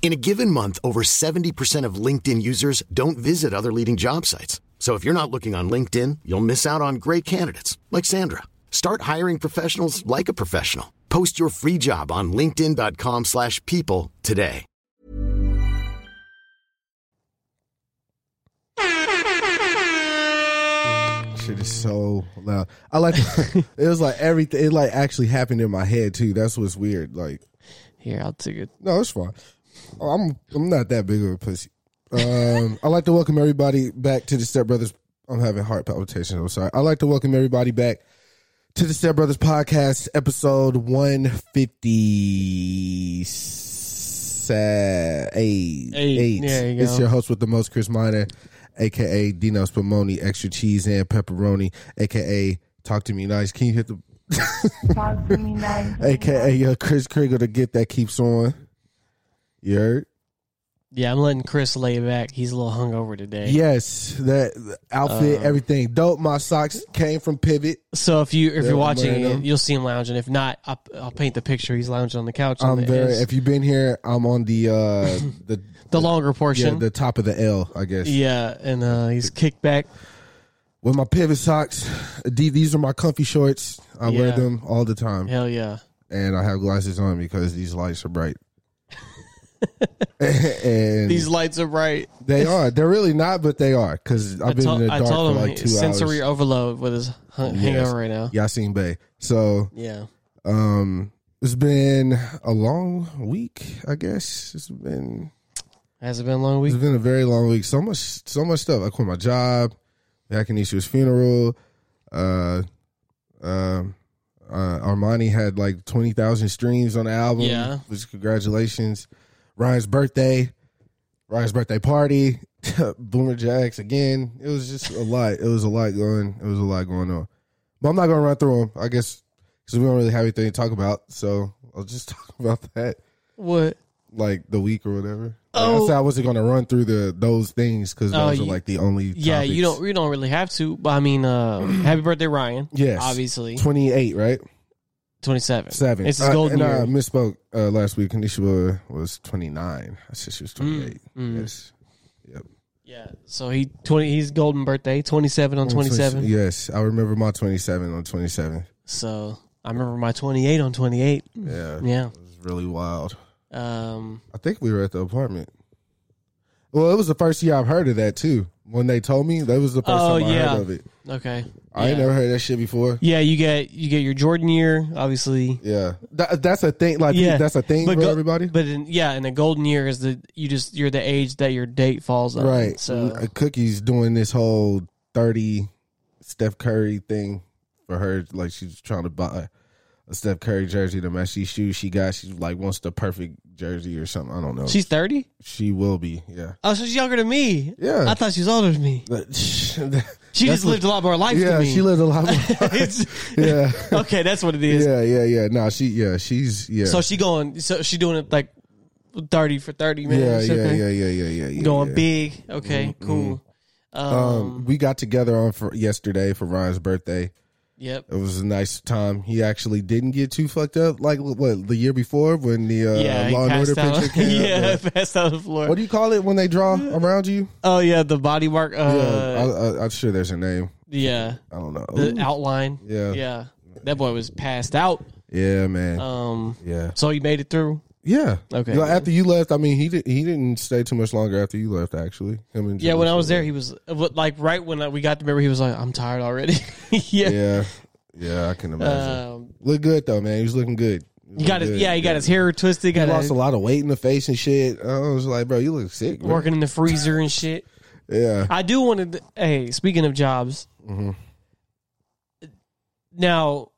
In a given month, over 70% of LinkedIn users don't visit other leading job sites. So if you're not looking on LinkedIn, you'll miss out on great candidates like Sandra. Start hiring professionals like a professional. Post your free job on linkedin.com/people slash people today. Shit is so loud. I like it was like everything it like actually happened in my head too. That's what's weird. Like Here, I'll take it. no, it's fine. Oh, I'm I'm not that big of a pussy. Um I'd like to welcome everybody back to the Step Brothers. I'm having heart palpitations, I'm sorry. I'd like to welcome everybody back to the Step Brothers Podcast, episode one fifty eight. Eight. There you It's go. your host with the most, Chris Miner, aka Dino Spumoni, extra cheese and pepperoni, aka Talk to Me Nice. Can you hit the aka your Chris Kringle to get that keeps on? You heard? Yeah, I'm letting Chris lay back. He's a little hungover today. Yes, that the Um, outfit, everything dope. My socks came from Pivot. So if you if Yeah, you're I'm watching wearing it, them. you'll see him lounging. If not, I'll, I'll paint the picture. He's lounging on the couch. on I'm the, very. it's If you've been here, I'm on the uh the the longer yeah, portion. Yeah, the top of the L, I guess. and uh, he's kicked back. With my Pivot socks, D- these are my comfy shorts. I wear Yeah. them all the time, Hell yeah. and I have glasses on because these lights are bright. and These lights are bright. they are. They're really not, but they are because I, I've been tol- in the I dark told for him like two sensory uh, hours. overload with his hun- Yes. hangover right now. Yasin Bay. So Yeah. Um, it's been a long week, I guess. It's been Has it been a long week? it's been a very long week. So much, so much stuff. I quit my job. Back in Issue's funeral. Uh, um, uh, Armani had like twenty thousand streams on the album. Yeah. which congratulations. Ryan's birthday, Ryan's birthday party. Boomer Jacks again. It was just a lot. It was a lot going. It was a lot going on. But I'm not gonna run through them. I guess because we don't really have anything to talk about. So I'll just talk about that What? like the week or whatever. Like, I Oh. said I wasn't gonna run through the those things because Oh, those you- are like the only. Yeah, you don't topics. you don't really have to. But I mean, uh, happy birthday, Ryan. Yes, Obviously, Twenty eight, right? twenty seven. Seven. It's his Uh, golden and year. I misspoke uh, last week. Kanisha was twenty nine. I said she was twenty eight. mm. Yes. Yeah, so he twenty. He's golden birthday, twenty seven on twenty seven. Yes, I remember my twenty seven on twenty seven. So I remember my twenty eight on twenty eight. Yeah, Yeah. it was really wild. Um. I think we were at the apartment. Well, it was the first year I've heard of that too. When they told me, that was the first Oh, time I yeah. heard of it. Okay. I ain't Yeah. never heard that shit before. Yeah, you get you get your Jordan year, obviously. Yeah, that, that's a thing. Like Yeah, that's a thing but for go- everybody. But in, yeah, and a golden year is the you just you're the age that your date falls on. right. So Uh, Cookie's doing this whole 30 Steph Curry thing for her. Like, she's trying to buy a Steph Curry jersey to match these shoes she got. She, like, wants the perfect jersey or something. I don't know. she's thirty. she will be, yeah. Oh, so she's younger than me. Yeah. I thought she was older than me. But- She That's just what- lived a lot more life yeah, than me. she lived a lot more. It's- yeah. okay, that's what it is. Yeah, yeah, yeah. No, she, yeah, she's, yeah. So she going. So she doing it like thirty for thirty yeah, minutes. yeah, okay. yeah, yeah, yeah, yeah, yeah. going yeah. Mm-hmm. big. Okay, cool. Um, Um, we got together on for yesterday for Ryan's birthday. yep. It was a nice time. He actually didn't get too fucked up like what the year before when the uh, yeah, he Law and Order passed out. picture came. out. yeah, Yeah. passed out on the floor. What do you call it when they draw around you? oh yeah, the body mark. Uh, yeah, I, I, I'm sure there's a name. yeah, I don't know. the Ooh. outline. Yeah. yeah. That boy was passed out. yeah, man. Um, yeah, so he made it through. yeah. Okay. You know, after you left, I mean, he did, he didn't stay too much longer after you left. Actually, him and Yeah, when I was there, Jonas he was but, like right when I- we got to remember, he was like, "I'm tired already." were yeah. there. Yeah, yeah, I can imagine. Um, Look good though, man. He was looking good. he got his yeah, he got his hair twisted. He Got lost a a, lot of weight in the face and shit. I was like, bro, you look sick. Bro. working in the freezer and shit. Yeah. I do want to. Hey, speaking of jobs, Mm-hmm. now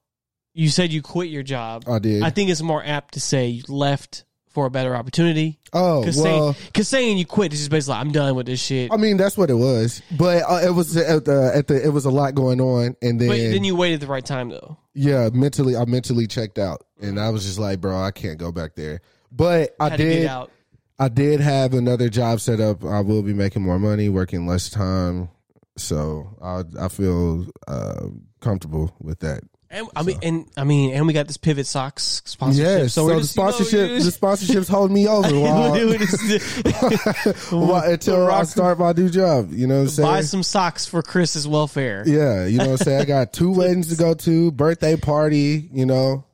you said you quit your job. I did. I think it's more apt to say you left for a better opportunity. Oh, Cause well, saying, cause saying you quit is just basically like, I'm done with this shit. I mean that's what it was, but uh, it was at the, at the it was a lot going on, and then, but then you waited the right time though. yeah, mentally I mentally checked out, and I was just like, bro, I can't go back there. But I Had to get did. out. I did have another job set up. I will be making more money, working less time, so I I feel uh, comfortable with that. And I mean, and I mean, and we got this pivot socks sponsorship. Yes, so, we're the just, you know, sponsorship we're just- the sponsorships hold me over while, we're just- while- until I rock- start my new job. You know what I'm saying? buy some socks for Chris's welfare. Yeah, you know what I'm saying? I got two weddings to go to, birthday party, you know.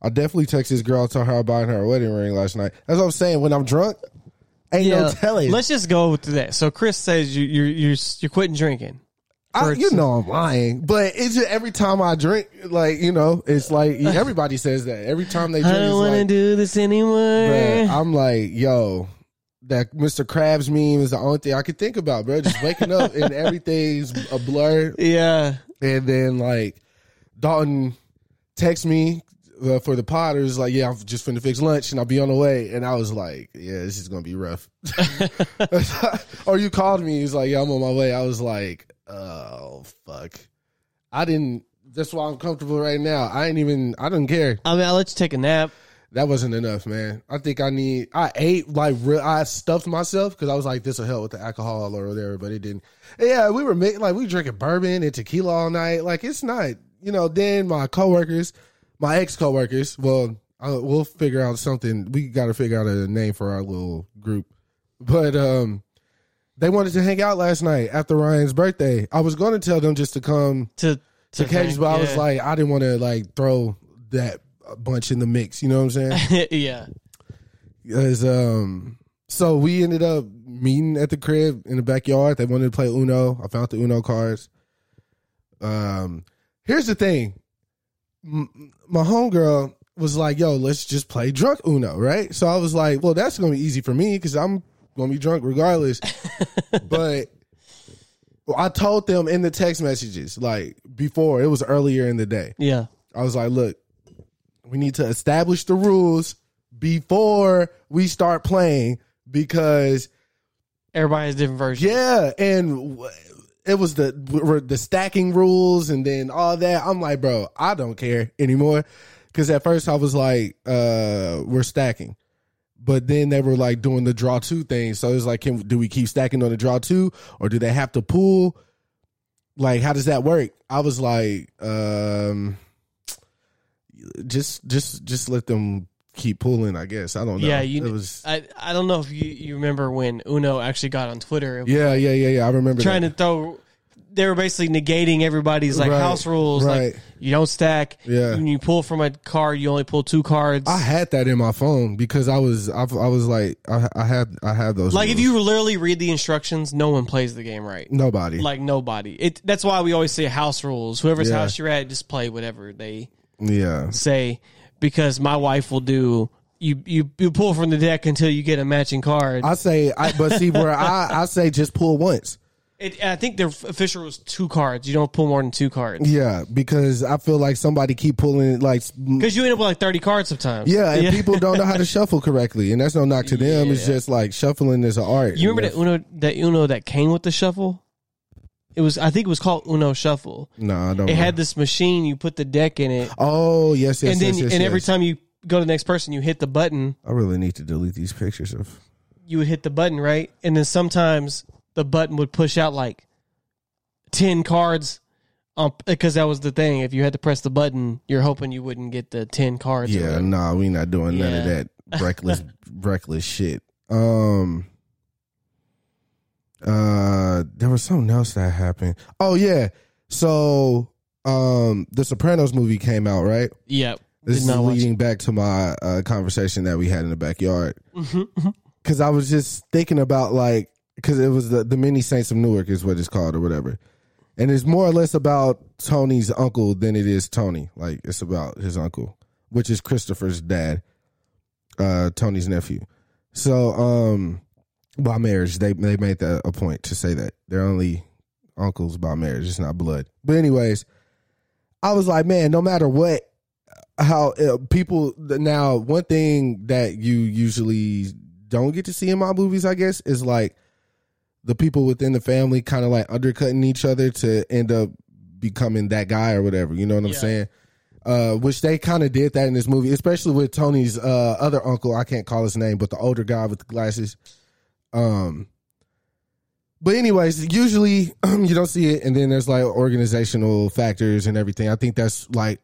I definitely text this girl, tell her I buying her a wedding ring last night. That's what I'm saying. When I'm drunk, ain't no telling. Let's just go to that. So Chris says you, you're you're you're quitting drinking. I, you know I'm lying, but it's just every time I drink, like, you know, it's like everybody says that. Every time they I drink, it's don't want to like, do this anymore. bruh, I'm like, yo, that Mr. Krabs meme is the only thing I could think about, bro. Just waking up and everything's a blur. yeah, And then like Dalton texts me uh, for the Potters, like, yeah, I'm just finna fix lunch and I'll be on the way. And I was like, yeah, this is gonna be rough. or you called me, he's like, yeah, I'm on my way. I was like, oh fuck, I didn't. That's why I'm comfortable right now. I ain't even. I don't care. I mean, I'll let you take a nap. That wasn't enough, man. I think I need. I ate like real. I stuffed myself because I was like, this will help with the alcohol or whatever, but it didn't. And yeah, we were making like we drinking bourbon and tequila all night. Like it's not, you know. Then my coworkers, my ex coworkers. Well, I, we'll figure out something. We got to figure out a name for our little group. But um, they wanted to hang out last night after Ryan's birthday. I was going to tell them just to come to to catch, think, but I was yeah. like, I didn't want to like throw that bunch in the mix. You know what I'm saying? yeah, is um so we ended up meeting at the crib in the backyard. They wanted to play Uno. I found the Uno cards. Um here's the thing. M- my homegirl was like, "Yo, let's just play drunk Uno, right?" So I was like, "Well, that's going to be easy for me cuz I'm going to be drunk regardless." but I told them in the text messages like before, it was earlier in the day. yeah. I was like, look, we need to establish the rules before we start playing because Everybody has different versions. yeah, and w- it was the were the stacking rules and then all that. I'm like, bro, I don't care anymore cuz at first I was like, uh, we're stacking. But then they were like doing the draw two thing. So it's like, can do we keep stacking on the draw two or do they have to pull? Like, how does that work? I was like, um just just just let them keep pulling, I guess. I don't know. yeah. You, it was I I don't know if you, you remember when Uno actually got on Twitter and Yeah, yeah, yeah, yeah. I remember trying that. to throw. They were basically negating everybody's like Right, house rules. right. Like you don't stack. Yeah. When you pull from a card, you only pull two cards. I had that in my phone because I was I, I was like I, I had I had those like if rules. you literally read the instructions, no one plays the game right. nobody Like nobody. It that's why we always say house rules. Whoever's Yeah. house you're at, just play whatever they yeah say because my wife will do you you, you pull from the deck until you get a matching card. I say I but see where I I say just pull once It, and I think the official was two cards. You don't pull more than two cards yeah because I feel like somebody keep pulling like because you end up with like thirty cards sometimes. yeah and people don't know how to shuffle correctly and that's no knock to them it's just like shuffling is an art You remember And that Uno that Uno that came with the shuffle? It was I think it was called Uno Shuffle. if- no I don't It know. had this machine. You put the deck in it, oh yes yes and then yes, yes, and every yes. time you go to the next person, you hit the button. I really need to delete these pictures of You would hit the button right, and then sometimes the button would push out like ten cards. Um, because that was the thing. If you had to press the button, you're hoping you wouldn't get the ten cards. or yeah whatever. nah we not doing none of Yeah. that reckless reckless shit um uh there was something else that happened oh yeah so um the sopranos movie came out right yeah. this did is not watch it. leading back to my uh, conversation that we had in the backyard Mm-hmm, because i was just thinking about like because it was the, the mini saints of newark is what it's called or whatever and it's more or less about tony's uncle than it is tony like it's about his uncle which is christopher's dad uh tony's nephew so um by marriage they they made that a point to say that they're only uncles by marriage it's not blood but anyways i was like man no matter what how uh, people now one thing that you usually don't get to see in my movies, I guess, is like the people within the family kind of like undercutting each other to end up becoming that guy or whatever. You know what I'm Yeah. saying? Uh, which they kind of did that in this movie, especially with Tony's uh, other uncle. I can't call his name, but the older guy with the glasses. Um, but anyways, usually you don't see it, and then there's like organizational factors and everything. I think that's like,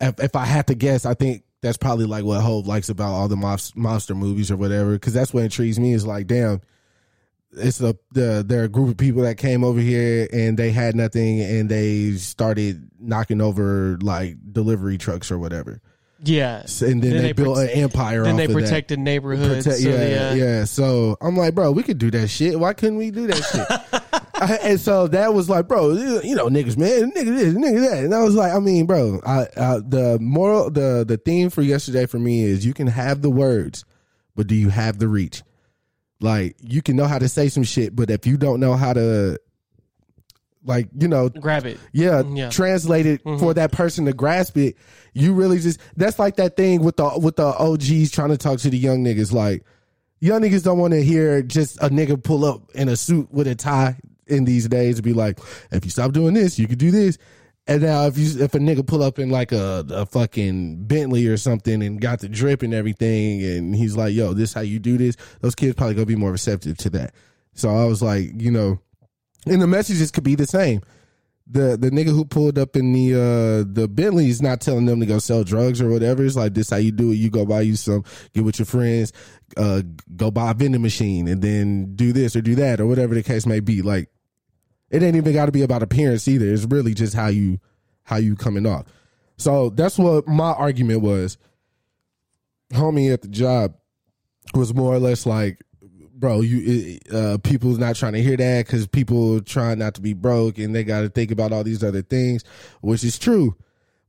if, if I had to guess, I think that's probably like what Hope likes about all the mobs- monster movies or whatever, because that's what intrigues me. Is like, damn, it's the the there are a group of people that came over here and they had nothing and they started knocking over like delivery trucks or whatever, Yeah. So- and then, Then they, they built protect- an empire. Then they off of that. protected neighborhoods. Protect- so yeah, they, uh, yeah. So I'm like, bro, we could do that shit. Why couldn't we do that shit? I- and so that was like, bro, you you know, niggas, man, nigga this, nigga that. And I was like, I mean, bro, I, I, the moral, the the theme for yesterday for me is you can have the words, but do you have the reach? Like, you can know how to say some shit, but if you don't know how to, like, you know, Grab it. yeah, Yeah. translate it for that person to grasp it. You really just that's like that thing with the with the OGs trying to talk to the young niggas. Like young niggas don't want to hear just a nigga pull up in a suit with a tie in these days and be like, if you stop doing this, you could do this. And now if you if a nigga pull up in like a, a fucking Bentley or something and got the drip and everything and he's like, yo, this how you do this, those kids probably gonna be more receptive to that. So I was like, you know, and the messages could be the same the the nigga who pulled up in the uh the Bentley is not telling them to go sell drugs or whatever. It's like this how you do it. You go buy you some, get with your friends, uh go buy a vending machine and then do this or do that or whatever the case may be. Like it ain't even gotta be about appearance either. It's really just how you how you coming off. So that's what my argument was. Homie at the job was more or less like bro, you it- uh, people's not trying to hear that because people trying not to be broke and they got to think about all these other things, which is true.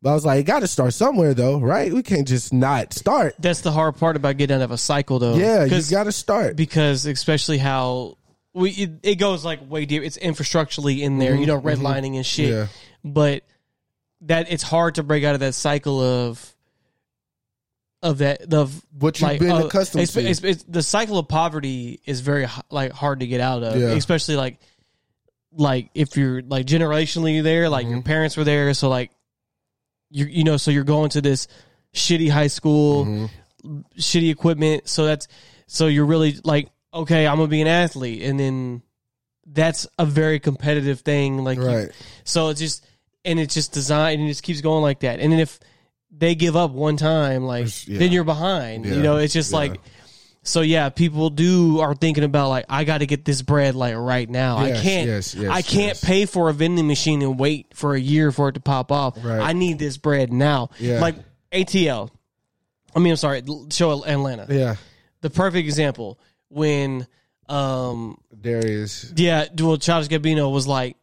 But I was like, got to start somewhere though, right? We can't just not start. That's the hard part about getting out of a cycle, though. Yeah, you 'Cause- got to start. because especially how we it, it goes like way deep. It's infrastructurally in there, you know, redlining and shit. Mm-hmm, Yeah. But that it's hard to break out of that cycle of of that of uh, What you've been accustomed it's- to. It's, it's, the cycle of poverty is very h- like hard to get out of, Yeah. especially like like if you're like generationally there, like Mm-hmm. your parents were there, so like you you know, so you're going to this shitty high school, Mm-hmm. shitty equipment. So that's so you're really like, okay, I'm gonna be an athlete, and then that's a very competitive thing. Like, you- Right. so it's just and it's just designed and it just keeps going like that. And then if they give up one time, like It's- yeah. then you're behind. Yeah. You know, it's just Yeah. like. So yeah, people do are thinking about like I got to get this bread like right now. Yes, I can't yes, yes, I can't yes. pay for a vending machine and wait for a year for it to pop off. Right. I need this bread now. Yeah. Like ATL. I mean, I'm sorry, show Atlanta. Yeah, The perfect example when um Darius. yeah, well, Childish Gambino was like,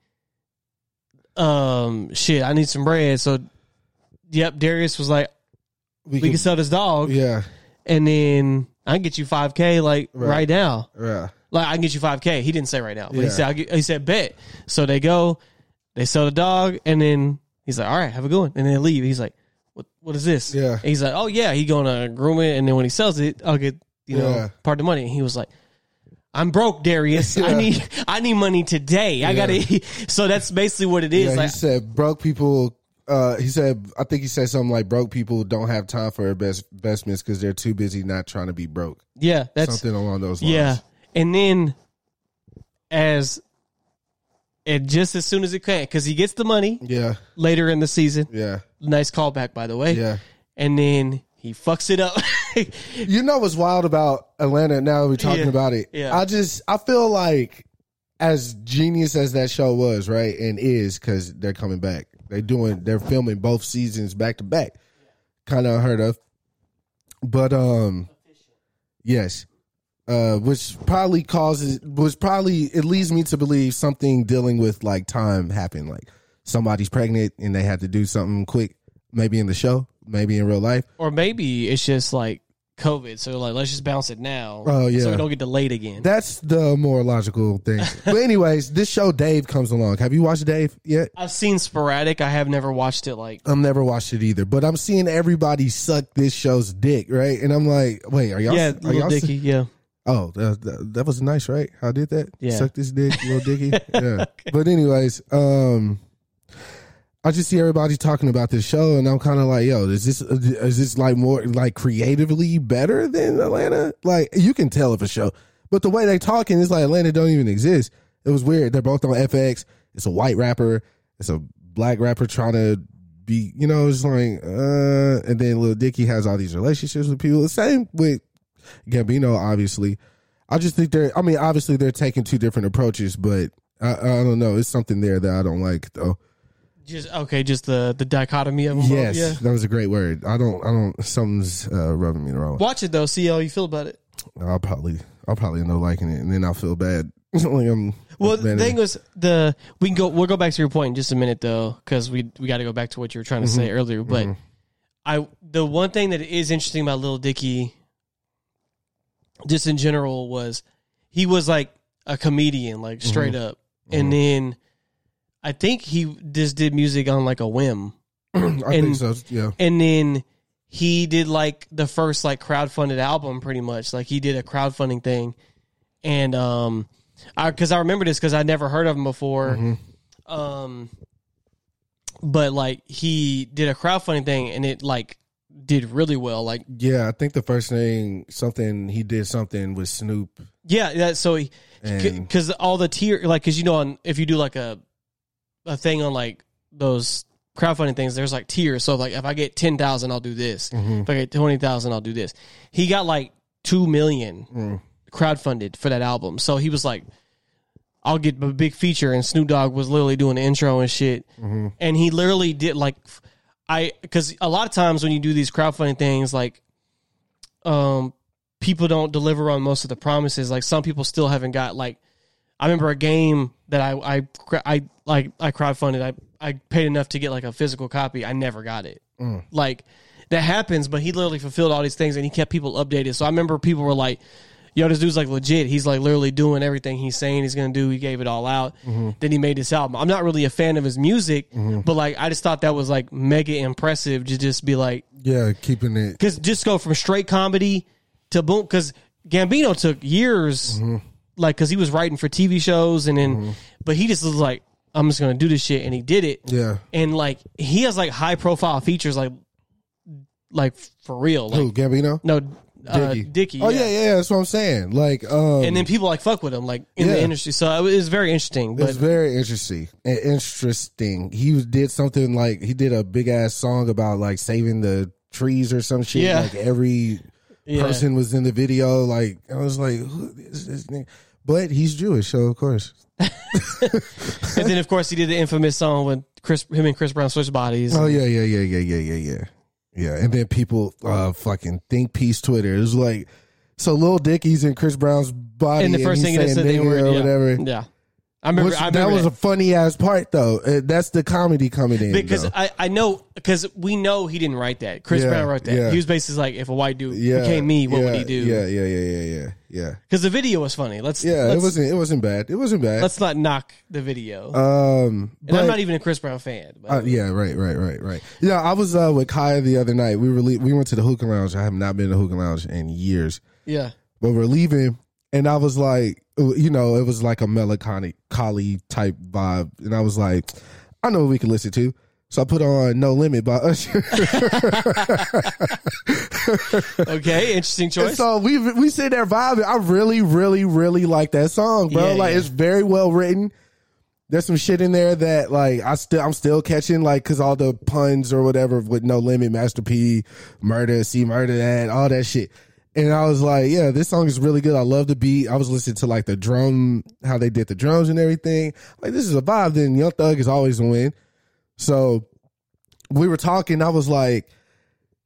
um, shit, I need some bread. So, yep, Darius was like, we, can, sell this dog, Yeah, and then I can get you five k like Right. right. now. yeah, Like I can get you five k. He didn't say right now, but Yeah. he said I get, he said bet. So they go, they sell the dog, and then he's like, all right, have a good one, and then they leave. He's like, what what is this? Yeah. And he's like, oh yeah, he gonna groom it, and then when he sells it, I'll get you know Yeah. part of the money. And he was like. I'm broke, Darius. I Yeah. need I need money today. I gotta. So that's basically what it is. yeah. he like, said broke people. Uh, he said, I think he said something like broke people don't have time for invest- investments because they're too busy not trying to be broke. yeah, that's Something along those lines. yeah. And then as and just as soon as it can, because he gets the money yeah, later in the season. yeah, Nice callback, by the way. yeah. And then he fucks it up. You know what's wild about Atlanta now that we're talking Yeah. about it? Yeah. I just, I feel like as genius as that show was, right, and is, because they're coming back. They're doing, they're filming both seasons back to back. Kind of unheard of. But, um, yes. Uh, which probably causes, which probably, it leads me to believe something dealing with like time happened. Like somebody's pregnant and they had to do something quick, maybe in the show, maybe in real life. or maybe it's just like COVID. So like, let's just bounce it now. Oh, yeah. so we don't get delayed again. That's the more logical thing. but anyways, this show Dave comes along. Have you watched Dave yet? I've seen sporadic. I have never watched it. Like, I've never watched it either, but I'm seeing everybody suck this show's dick, right? And I'm like, wait, are y'all? yeah, are little y'all Dicky. yeah, Oh, that, that, that was nice, right? How I did that? Yeah. Suck this dick, little dicky. Yeah. But anyways, um, I just see everybody talking about this show, and I'm kind of like, yo, is this is this like more like creatively better than Atlanta? Like you can tell if a show, but the way they talking is like Atlanta don't even exist. It was weird. They're both on FX. It's a white rapper. It's a black rapper trying to be, you know, it's like, uh, and then Lil Dicky has all these relationships with people. The same with Gambino, obviously. I just think they're. I mean, obviously they're taking two different approaches, but I, I don't know. It's something there that I don't like, though. just okay, just the the dichotomy of them. both, yes, yeah. that was a great word. I don't. I don't. Something's uh, rubbing me the wrong way. Watch it though. See how you feel about it. I'll probably. I'll probably end up liking it, and then I'll feel bad. like I'm. Well, the man, thing was the we can go. We'll go back to your point in just a minute though, because we we got to go back to what you were trying to say earlier. But I the one thing that is interesting about Little Dicky, just in general, was he was like a comedian, like straight up, and then I think he just did music on like a whim. I think and- so. Yeah. and then he did like the first like crowdfunded album pretty much like he did a crowdfunding thing and um i because i remember this because i never heard of him before um but like he did a crowdfunding thing and it like did really well like Yeah, I think the first thing, something he did something with Snoop. yeah that so he And- because all the tier like because you know on if you do like a a thing on like those crowdfunding things there's like tiers so like if i get 10000 i'll do this if i get 20000 i'll do this he got like 2 million crowdfunded for that album so he was like i'll get a big feature and snoop dogg was literally doing the intro and shit and he literally did like f- i because a lot of times when you do these crowdfunding things like um people don't deliver on most of the promises. Like some people still haven't got like I remember a game that I I cr- I like I crowdfunded. I I paid enough to get like a physical copy. I never got it. Like that happens, but he literally fulfilled all these things and he kept people updated. So I remember people were like Yo, this dude's like legit. He's like literally doing everything he's saying he's gonna do. He gave it all out. Then he made this album. I'm not really a fan of his music, but like I just thought that was like mega impressive to just be like, Yeah, keeping it. because just go from straight comedy to boom. Because Gambino took years, Mm-hmm. like because he was writing for TV shows, and then but he just was like, I'm just gonna do this shit, and he did it. Yeah. And like he has like high profile features, like like for real, like Who Gambino? no uh, Dickie. Dicky. Oh yeah, yeah. That's what I'm saying. Like, um, And then people like fuck with him, like in Yeah. the industry. So it was very interesting. It But was very interesting. and Interesting. He was- did something like he did a big ass song about like saving the trees or some shit. Yeah. Like every Yeah. person was in the video. Like I was like, who is this nigga? But he's Jewish, so of course. and then of course he did the infamous song with Chris, him and Chris Brown switched bodies. Oh yeah, yeah, yeah, yeah, yeah, yeah, yeah. Yeah. And then people uh fucking think peace Twitter. It was like so Lil Dicky's in Chris Brown's body. and the first he's thing they saying said they nigga were or yeah. whatever. Yeah, I remember. Which- I remember that was a funny ass part though. Uh, that's the comedy coming in. because though. I, I know because we know he didn't write that. Chris Yeah, Brown wrote that. yeah. He was basically like, if a white dude yeah, became me, what yeah, would he do? Yeah, yeah, yeah, yeah, yeah, yeah. Because the video was funny. Let's Yeah, let's, it wasn't. It wasn't bad. It wasn't bad. let's not knock the video. um, and I'm but- not e- even a Chris Brown fan. But uh, yeah, right, right, right, right. Yeah, I was uh, with Kaya the other night. We really we went to the hookah lounge. I have not been to hookah lounge in years, yeah, but we're leaving, and I was like, you know, it was like a melancholic collie type vibe, and I was like, I know what we can listen to. So I put on "No Limit" by Usher. okay, interesting And choice. so we we sit there vibing. I really, really, really like that song, bro. Yeah, like yeah. it's very well written. There's some shit in there that like I still I'm still catching like because all the puns or whatever with No Limit, Master P, Murder, C Murder, that all that shit. And I was like, yeah, this song is really good. I love the beat. I was listening to like the drum, how they did the drums and everything. Like this is a vibe. Then Young Thug is always a win. So we were talking. I was like,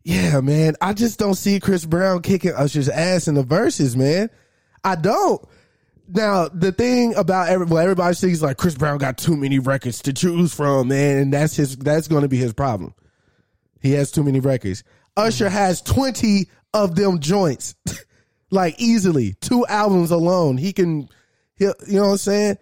yeah, man. I just don't see Chris Brown kicking Usher's ass in the verses, man. I don't. Now, the thing about every, well, everybody thinks like Chris Brown got too many records to choose from, man, and that's his that's going to be his problem. He has too many records. Usher has 20 of them joints. like easily. Two albums alone. He can he'll, you know what I'm saying?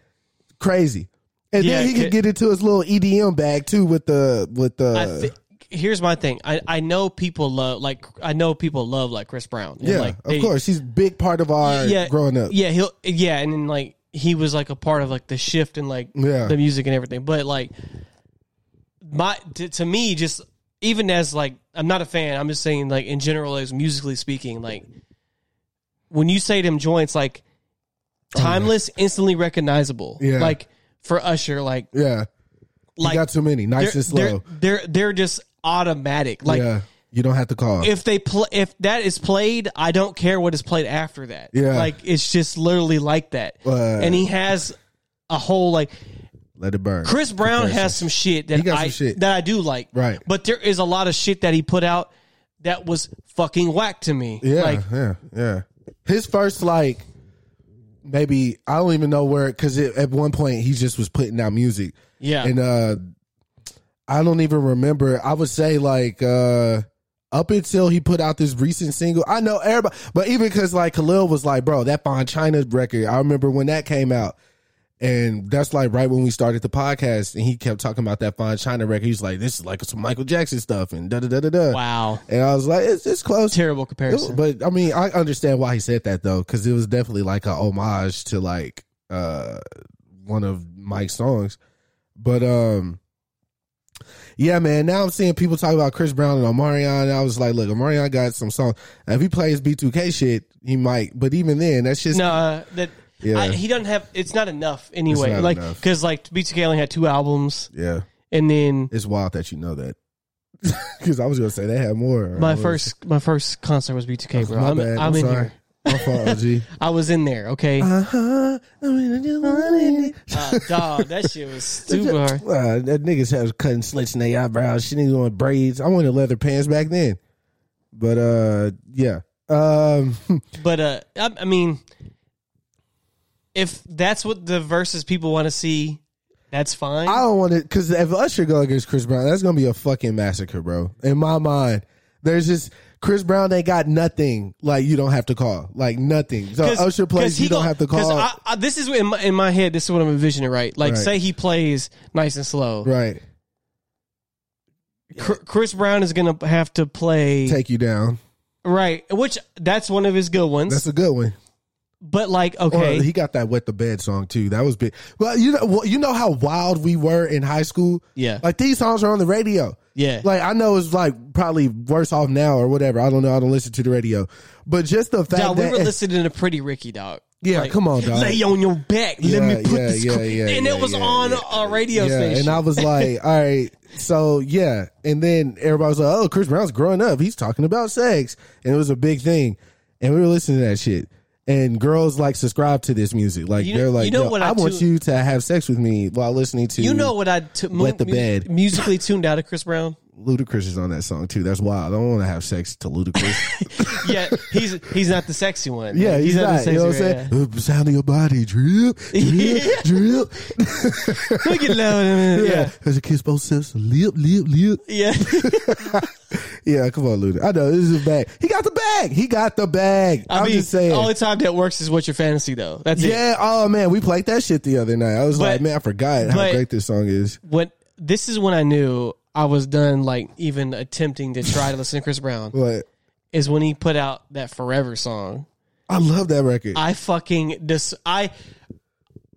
Crazy. And Yeah, then he ca- could get into his little EDM bag too with the with the I thi- here's my thing. I, I know people love like I know people love like Chris Brown. And, Yeah, like, of they- course. He's a big part of our Yeah, growing up. Yeah, he'll yeah, and then like he was like a part of like the shift in like Yeah. the music and everything. But like my to, to me, just even as like I'm not a fan. I'm just saying like in general, as musically speaking, like when you say them joints, like timeless, instantly recognizable. Oh, Yeah. like for Usher, like Yeah. like you got too many. they're, Nice and they're, slow. they're they're just automatic. Like yeah. You don't have to call. if they play if that is played i don't care what is played after that Yeah. like it's just literally like that Right. and he has a whole like Let it burn. chris brown Comparison. has some shit that He got i some shit. that i do like Right. but there is a lot of shit that he put out that was fucking whack to me Yeah, like yeah, yeah. His first like maybe I don't even know where because at one point he just was putting out music yeah and uh I don't even remember. I would say like uh up until he put out this recent single. I know everybody, but even because like Khalil was like, bro, that Bon China record. I remember when that came out. And that's like right when we started the podcast, and he kept talking about that Fine China record. He's like, "This is like some Michael Jackson stuff," and da da da da da. wow And I was like, "It's it's close." terrible It was- comparison but I mean, I understand why he said that though, because it was definitely like a homage to like uh one of Mike's songs. But um yeah, man, now I'm seeing people talk about Chris Brown and Omarion. And I was like, look, Omarion got some songs. If he plays B2K shit, he might. But even then, that's just no uh, that Yeah. I, he doesn't have it's not enough anyway not like enough. because like b2k only had two albums yeah. and then It's wild that you know that. Because I was gonna say they had more. I my was- Oh, first my first concert was b2k bro my i'm, bad. I'm, in sorry. here My fault, OG. I was in there, okay? Uh, uh-huh. I mean, I just wanted it. dog, Uh, that shit was stupid hard. Uh, that niggas have cutting slits in their eyebrows. She niggas want braids. I wanted leather pants back then. But uh yeah. Um But uh, I, I mean, if that's what the verses people want to see, that's fine. I don't want to cause if Usher go against Chris Brown, that's gonna be a fucking massacre, bro. In my mind. There's just Chris Brown ain't got nothing like you don't have to call. Like nothing. So Usher 'cause plays he you don't gon- have to 'cause call. I, I, this is what- in my, in my head. This is what I'm envisioning, right? Like, Right. say he plays nice and slow. right. Cr- Chris Brown is gonna have to play Take you down. right, which that's one of his good ones. That's a good one. but like, Or okay, he got that wet the bed song too. That was big. Well, you know, well, you know how wild we were in high school. yeah, Like these songs are on the radio. yeah, Like I know it's like probably worse off now or whatever. I don't know. I don't listen to the radio, but just the fact Dog, we that were listening to Pretty Ricky, dog. Yeah, come on, dog. Lay on your back. Let Yeah, me put yeah, this. yeah, cr- yeah, and yeah, it was yeah, on a radio yeah, station. and I was like, all right, so yeah, and then everybody was like, oh, Chris Brown's growing up. He's talking about sex, and it was a big thing, and we were listening to that shit. And girls like subscribe to this music. Like You know- they're like, you know Yo, what I, I want too- you to have sex with me while listening to you know what I t- mu- Wet the mu- bed. musically tuned out of Chris Brown. Ludacris is on that song too. That's wild. I don't want to have sex to Ludacris. Yeah, he's he's not the sexy one. yeah, he's, the not. You know what I'm one, saying? Uh, Sound of your body, drip, drip, drip. yeah. Look at that. Yeah. Yeah, As a kiss both sips, lip, lip, lip. yeah. Yeah, come on, Luda. I know this is a bag. He got the bag. He got the bag. I I am mean, oh, just saying. only time that works is what's your fantasy though. That's it. yeah. Oh man, we played that shit the other night. I was But- like, man, I forgot how but- great this song is. When this is when I knew I was done, like even attempting to try to listen to Chris Brown, But is when he put out that Forever song. I love that record. I fucking dis- I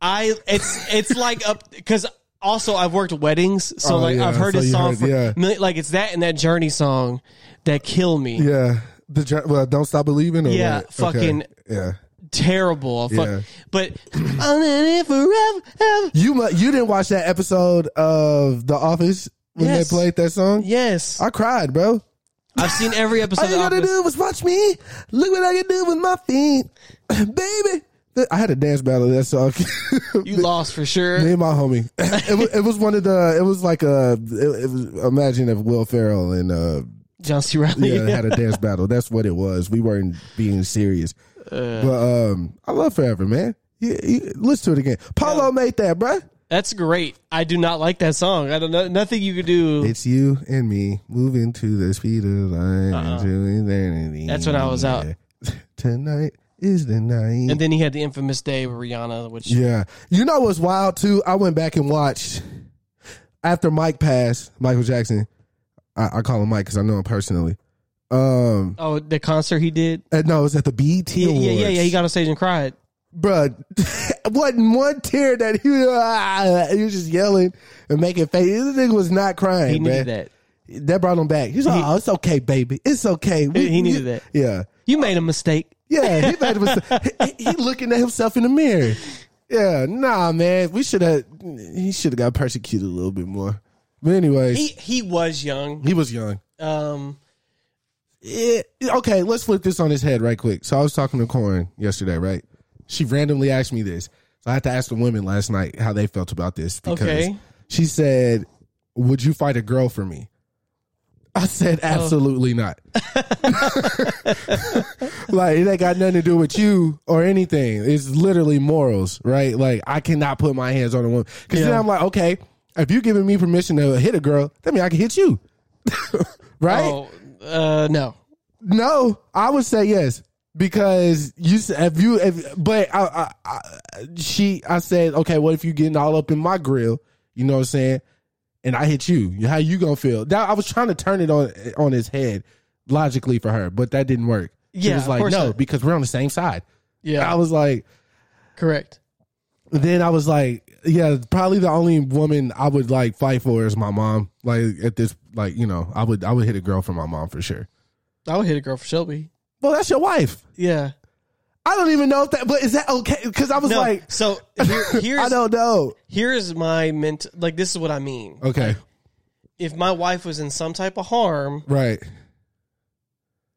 I it's it's like up because also I've worked weddings, so Oh, like yeah, I've heard so his you song heard- for yeah. mil- like it's that and that Journey song that kill me. yeah. The Dr- well, don't stop believing. Or Yeah, what? Okay. fucking- Yeah. Terrible, I fuck, Yeah. but I'm in it forever. ever. You mu- you didn't watch that episode of The Office when Yes. they played that song? Yes, I cried, bro. I've seen every episode. All of you gotta Office. do was watch me. Look what I can do with my feet, baby. I had a dance battle. to That song. You lost for sure. Me and my homie. It was, it was one of the. It was like a. It, it was, imagine if Will Ferrell and uh, John C. Riley. yeah, had a dance battle. That's what it was. We weren't being serious. Uh. but um, I love Forever, man. You, you- listen to it again. Paulo made that, bruh. That's great. I do not like that song. I don't know nothing you could do. It's you and me moving to the speed of light Uh-uh. into eternity. That's when I was out. Tonight is the night. and then he had the infamous day with Rihanna, which yeah, you know what's wild too? I went back and watched after Mike passed, Michael Jackson. I, I call him Mike because I know him personally. Um, oh the concert he did. uh, no, it was at the BET Yeah, Awards. yeah, yeah, yeah. He got on stage and cried. Bruh, wasn't one tear that he, ah, he was just yelling and making face. This nigga was not crying. He needed bruh. that. that brought him back. He's like, oh, it's okay, baby. It's okay. We- He needed we- that. Yeah. You made a mistake. Yeah. He made a mistake. he, he looking at himself in the mirror. Yeah. Nah, man. We should have, he should have got persecuted a little bit more. But, anyways, He he, he was young. was young. Um, Yeah. okay, let's flip this on his head right quick. So I was talking to Corin yesterday, right? She randomly asked me this. So I had to ask the women last night how they felt about this because Okay. she said, "Would you fight a girl for me?" I said, Oh. "Absolutely not." like it ain't got nothing to do with you or anything. It's literally morals, right? Like I cannot put my hands on a woman because then Yeah. I'm like, okay, if you giving me permission to hit a girl, that means I can hit you, right? oh, uh, no. No, I would say yes because you s- if you if but I, I, I she I said okay, what if you getting all up in my grill? You know what I'm saying? And I hit you. How you gonna feel? That I was trying to turn it on on his head logically for her, but that didn't work. she Yeah, was of like, course no, not. because we're on the same side. Yeah, I was like, correct. then I was like, yeah, probably the only woman I would like fight for is my mom. Like at this, like you know, I would I would hit a girl for my mom for sure. I would hit a girl for Shelby. Well, that's your wife. Yeah. I don't even know if that, but is that okay? Because I was No. like, so here, I here's don't know. here's my ment. Like this is what I mean. Okay, If my wife was in some type of harm, right,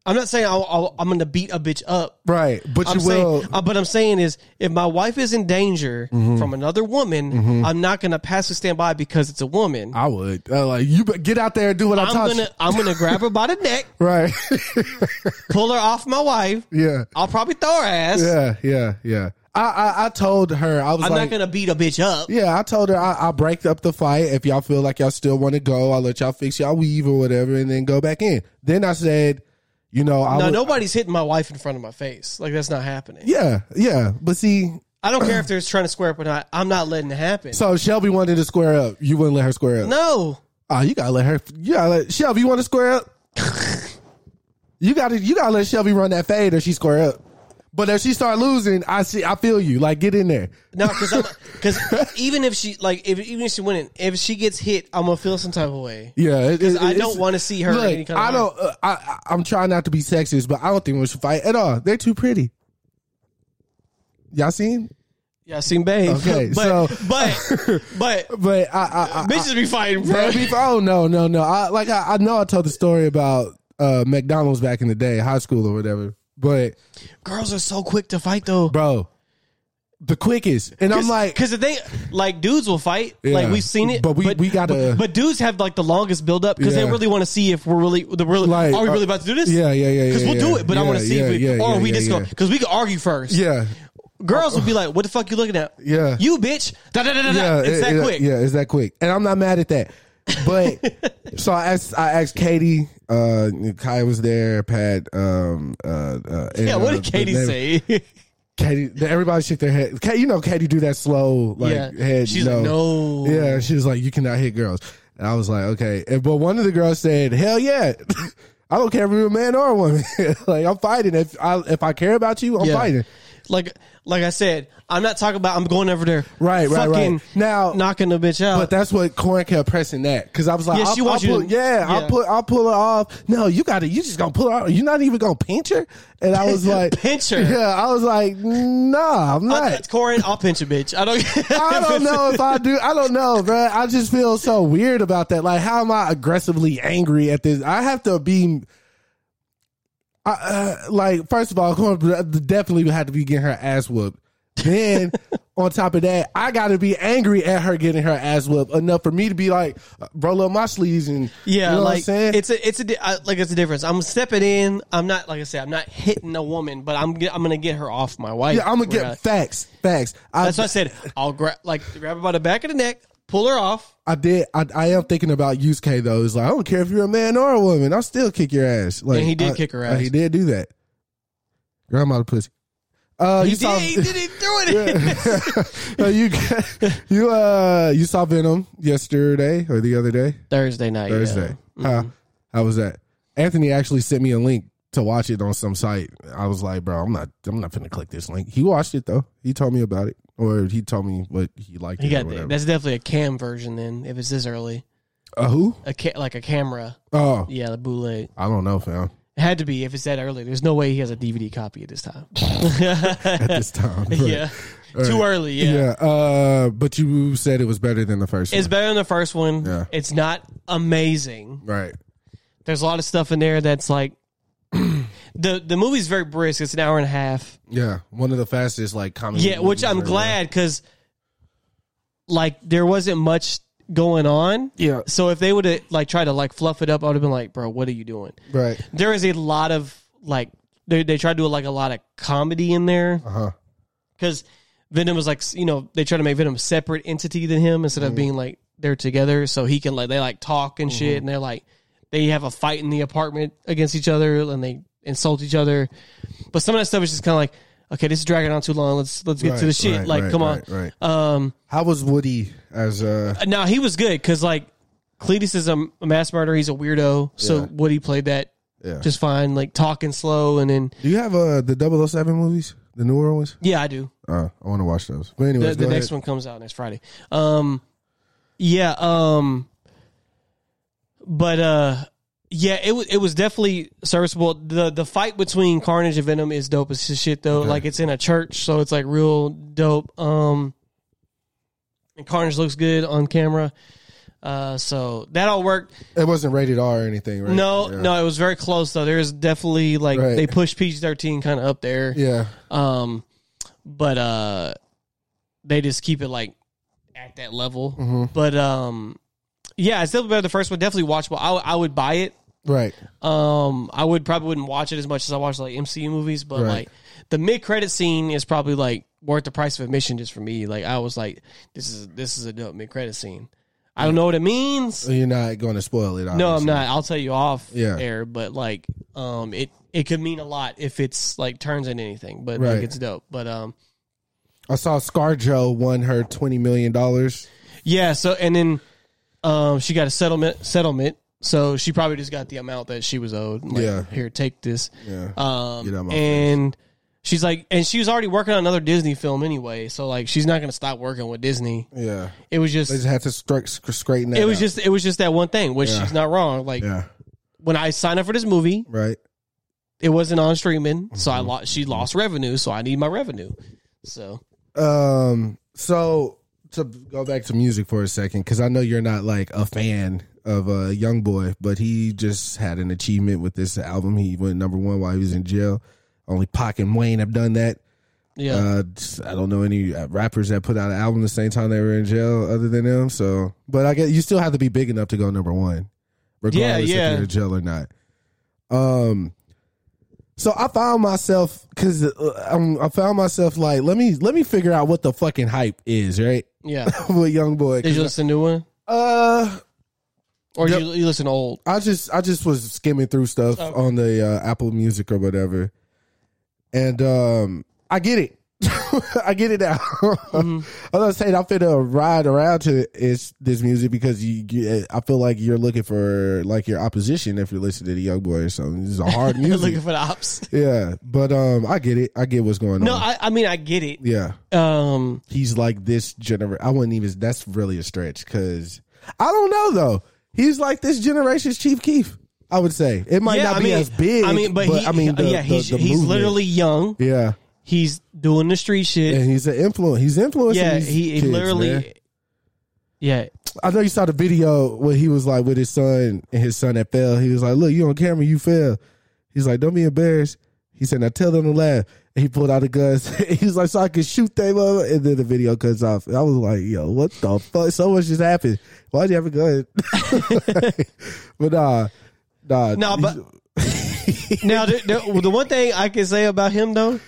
I'm not saying I'll, I'll, I'm going to beat a bitch up. right. But I'm you will. Mm-hmm. saying, uh, but I'm saying is, if my wife is in danger from another woman, I'm not gonna pass or stand by because it's a woman. I would. Uh, like you, but get out there and do what I I'm taught gonna, I'm gonna grab her by the neck, you. Right. pull her off my wife. yeah. I'll probably throw her ass. Yeah. Yeah. Yeah. I, I I told her I was I'm like. not gonna beat a bitch up. yeah, I told her I, I'll break up the fight. If y'all feel like y'all still want to go, I'll let y'all fix y'all weave or whatever and then go back in. Then I said, you know, I No, would, nobody's hitting my wife in front of my face. Like that's not happening. Yeah, yeah. But see, I don't care if they're trying to square up or not. I'm not letting it happen. so Shelby wanted to square up. You wouldn't let her square up. no, Oh, you gotta let her. You gotta let Shelby. You want to square up? you gotta. You gotta let Shelby run that fade, or she square up. But if she start losing, I see. I feel you. Like get in there. no, because I'm because even if she like if even if she wouldn't, if she gets hit, I'm gonna feel some type of way. Yeah, it- 'Cause it- I it's- don't want to see her. in Look, any kind of I harm. don't. Uh, I, I- I'm trying not to be sexist, but I don't think we should fight at all. They're too pretty. Y'all seen? Yeah, I seen Babe. Okay, but, so- but but But I, I, I, bitches be fighting, bro. Bad beef- Oh no, no, no! I like I, I know I told the story about uh, McDonald's back in the day, high school or whatever. But Girls are so quick to fight though. bro, the quickest, and I'm like, because the thing, like dudes will fight, Yeah. like we've seen it, But we- we gotta- But, but dudes have like the longest build up because Yeah. they really want to see if we're really, the really, Like, are we really uh, about to do this? yeah, yeah, yeah, Because yeah, we'll yeah. do it, but I want to Yeah, see if we, yeah, yeah, or we yeah, just yeah. go because we can argue first. yeah, girls will be like, "What the fuck you looking at? Yeah. you bitch! Da, da, da, da, yeah, da. It's it- that it- quick. Yeah, it's that quick. And I'm not mad at that. But so I asked, I asked Katie. Uh, Kai was there. Pat. Um, uh, uh, and, Yeah, what uh, did the Katie name- say? Katie. th- Everybody shook their head. Ka- you know, Katie do that slow like Yeah. head. She's like, "No." Yeah, she was like, you cannot hit girls. And I was like, okay. And, but one of the girls said, hell yeah. I don't care if you're a man or a woman. like I'm fighting. If I if I care about you, I'm Yeah. fighting. like, like I said, I'm not talking about. I'm going over there, Right, right, right. fucking Now- knocking the bitch out. But that's what Corn kept pressing that because I was like, Uh, Yeah, I'll, she wants I'll you pull, to- yeah, I'll yeah. put, I'll pull her off. No, you got to, you just gonna pull her off. You're not even gonna pinch her. And I was like, Pinch her? Uh, Yeah, I was like, nah, I'm I'll not. touch Corin, I'll pinch a bitch. I don't. I don't know if I do. I don't know, bro. I just feel so weird about that. Like, how am I aggressively angry at this? I have to be. I, uh, like, first of all, Corn definitely had to be getting her ass whooped. Then, on top of that, I got to be angry at her getting her ass whipped enough for me to be like, uh, roll up my sleeves and Yeah, you know like what I'm saying? it's a it's a di- I, like it's a difference. I'm stepping in. I'm not like I said. I'm not hitting a woman, but I'm get, I'm gonna get her off my wife. yeah, I'm gonna We're get not- facts, facts. I, That's why I said I'll grab like grab her by the back of the neck, pull her off. I did. I, I am thinking about use K though. It's like I don't care if you're a man or a woman. I'll still kick your ass. Like And he did I- kick her I- he ass. did do that. Grandma pussy. Uh, he you Oh, did. saw- he did. He threw it. in. Uh, you you uh you saw Venom yesterday or the other day Thursday night. yeah. Mm-hmm. Thursday. How, how was that? Anthony actually sent me a link to watch it on some site. I was like, bro, I'm not I'm not finna click this link. He watched it though. He told me about it, or he told me what he liked. He it or got the, whatever. that's definitely a cam version. Then if it's this early, uh, who? a ca- like a camera. Oh, Yeah, the bootleg. I don't know, fam. It had to be if it's that early. There's no way he has a DVD copy at this time. At this time, right. yeah, too early. Yeah. Yeah. Uh, but you said it was better than the first it's one. better than the first one. Yeah. It's not amazing. Right. There's a lot of stuff in there that's like the the movie's very brisk. It's an hour and a half. Yeah. One of the fastest like comedy. Yeah, which movies I'm right glad because like there wasn't much going on. now. Yeah. So if they would have like tried to like fluff it up, I would have been like, bro, what are you doing? Right. There is a lot of like they they tried to do like a lot of comedy in there. Uh huh. because Venom is like you know they try to make Venom a separate entity than him instead Mm. of being like they're together, so he can like they like talk and Mm-hmm. shit, and they're like they have a fight in the apartment against each other and they insult each other, but some of that stuff is just kind of like okay, this is dragging on too long. Let's let's get to Right, the shit. right, like right, come right, on. right. Um, How was Woody as uh now he was good because like Cletus is a, a mass murderer. He's a weirdo. So Yeah. Woody played that yeah. just fine, like talking slow, and then Do you have uh the 007 movies? The newer ones? yeah, I do. Uh I want to watch those. But the, anyways, the go next ahead. one comes out next Friday. Um, yeah. Um, but uh, yeah, it was it was definitely serviceable. the The fight between Carnage and Venom is dope as shit though. Like it's in a church, so it's like real dope. Um, and Carnage looks good on camera. Uh, so that all worked. It wasn't rated R or anything, right? No, Yeah. no, it was very close though. There's definitely like Right. they pushed PG thirteen kind of up there. Yeah. Um, but uh, they just keep it like at that level. Mm-hmm. But um, yeah, it's still better than the first one. Definitely watchable. I, w- I would buy it. Right. Um, I would probably wouldn't watch it as much as I watch like MCU movies, but Right. like the mid credit scene is probably like worth the price of admission just for me. Like I was like, this is this is a dope mid credit scene. I don't know what it means. So you're not going to spoil it. Obviously. No, I'm not. I'll tell you off Yeah. air, but like, um, it it could mean a lot if it's like turns into anything. But Right. like, it's dope. But um, I saw ScarJo won her 20 million dollars. yeah. So and then, um, she got a settlement settlement. So she probably just got the amount that she was owed. Like, Yeah. Here, take this. Yeah. Um, Get out my and she's like, and she was already working on another Disney film anyway. So like, she's not gonna stop working with Disney. Yeah. It was just, They just had to stri- sc- straighten that it was out. just, it was just that one thing. Which Yeah. she's not wrong. Like Yeah. when I signed up for this movie, Right. it wasn't on streaming, so I Mm-hmm. lost. She lost revenue, so I need my revenue. So Um. So to go back to music for a second, because I know you're not like a fan of a uh, young boy, but he just had an achievement with this album. He went number one while he was in jail. Only Pac and Wayne have done that. yeah, Uh, just- I don't know any uh, rappers that put out an album the same time they were in jail other than them. So, but I guess you still have to be big enough to go number one, regardless yeah. if you're in jail or not. Um, so I found myself because um, I found myself like, let me let me figure out what the fucking hype is, right? yeah. With young boy, Did you listen to one, uh, or Yep. you, you listen to old? I just I just was skimming through stuff Okay. on the uh, Apple Music or whatever, and um, I get it. I get it now. Mm-hmm. I was saying I'm finna ride around to is this music because you, you- I feel like you're looking for like your opposition if you're listening to the Young Boy or something. This is a hard Looking music. for the ops. yeah, but um, I get it. I get what's going No, on. I, I mean I get it. yeah, Um, he's like this gener. I wouldn't even. That's really a stretch because I don't know though. He's like this generation's Chief Keef. I would say it might yeah, not I be mean, as big. I mean, but, he, I mean, the- yeah, the- he's the he's movement. literally young. yeah, He's doing the street shit. and he's an influence. He's influencing. Yeah, these he, he kids, literally. man. Yeah, I know you saw the video where he was like with his son and his son that fell. He was like, "Look, you on camera, you fell." He's like, "Don't be embarrassed." He said, "Now tell them to laugh." He pulled out a gun. He was like, "So I can shoot them," up," and then the video cuts off. And I was like, "Yo, what the fuck? So much just happened. Why'd you have a gun?" but nah, nah, No, but now the, the, the one thing I can say about him though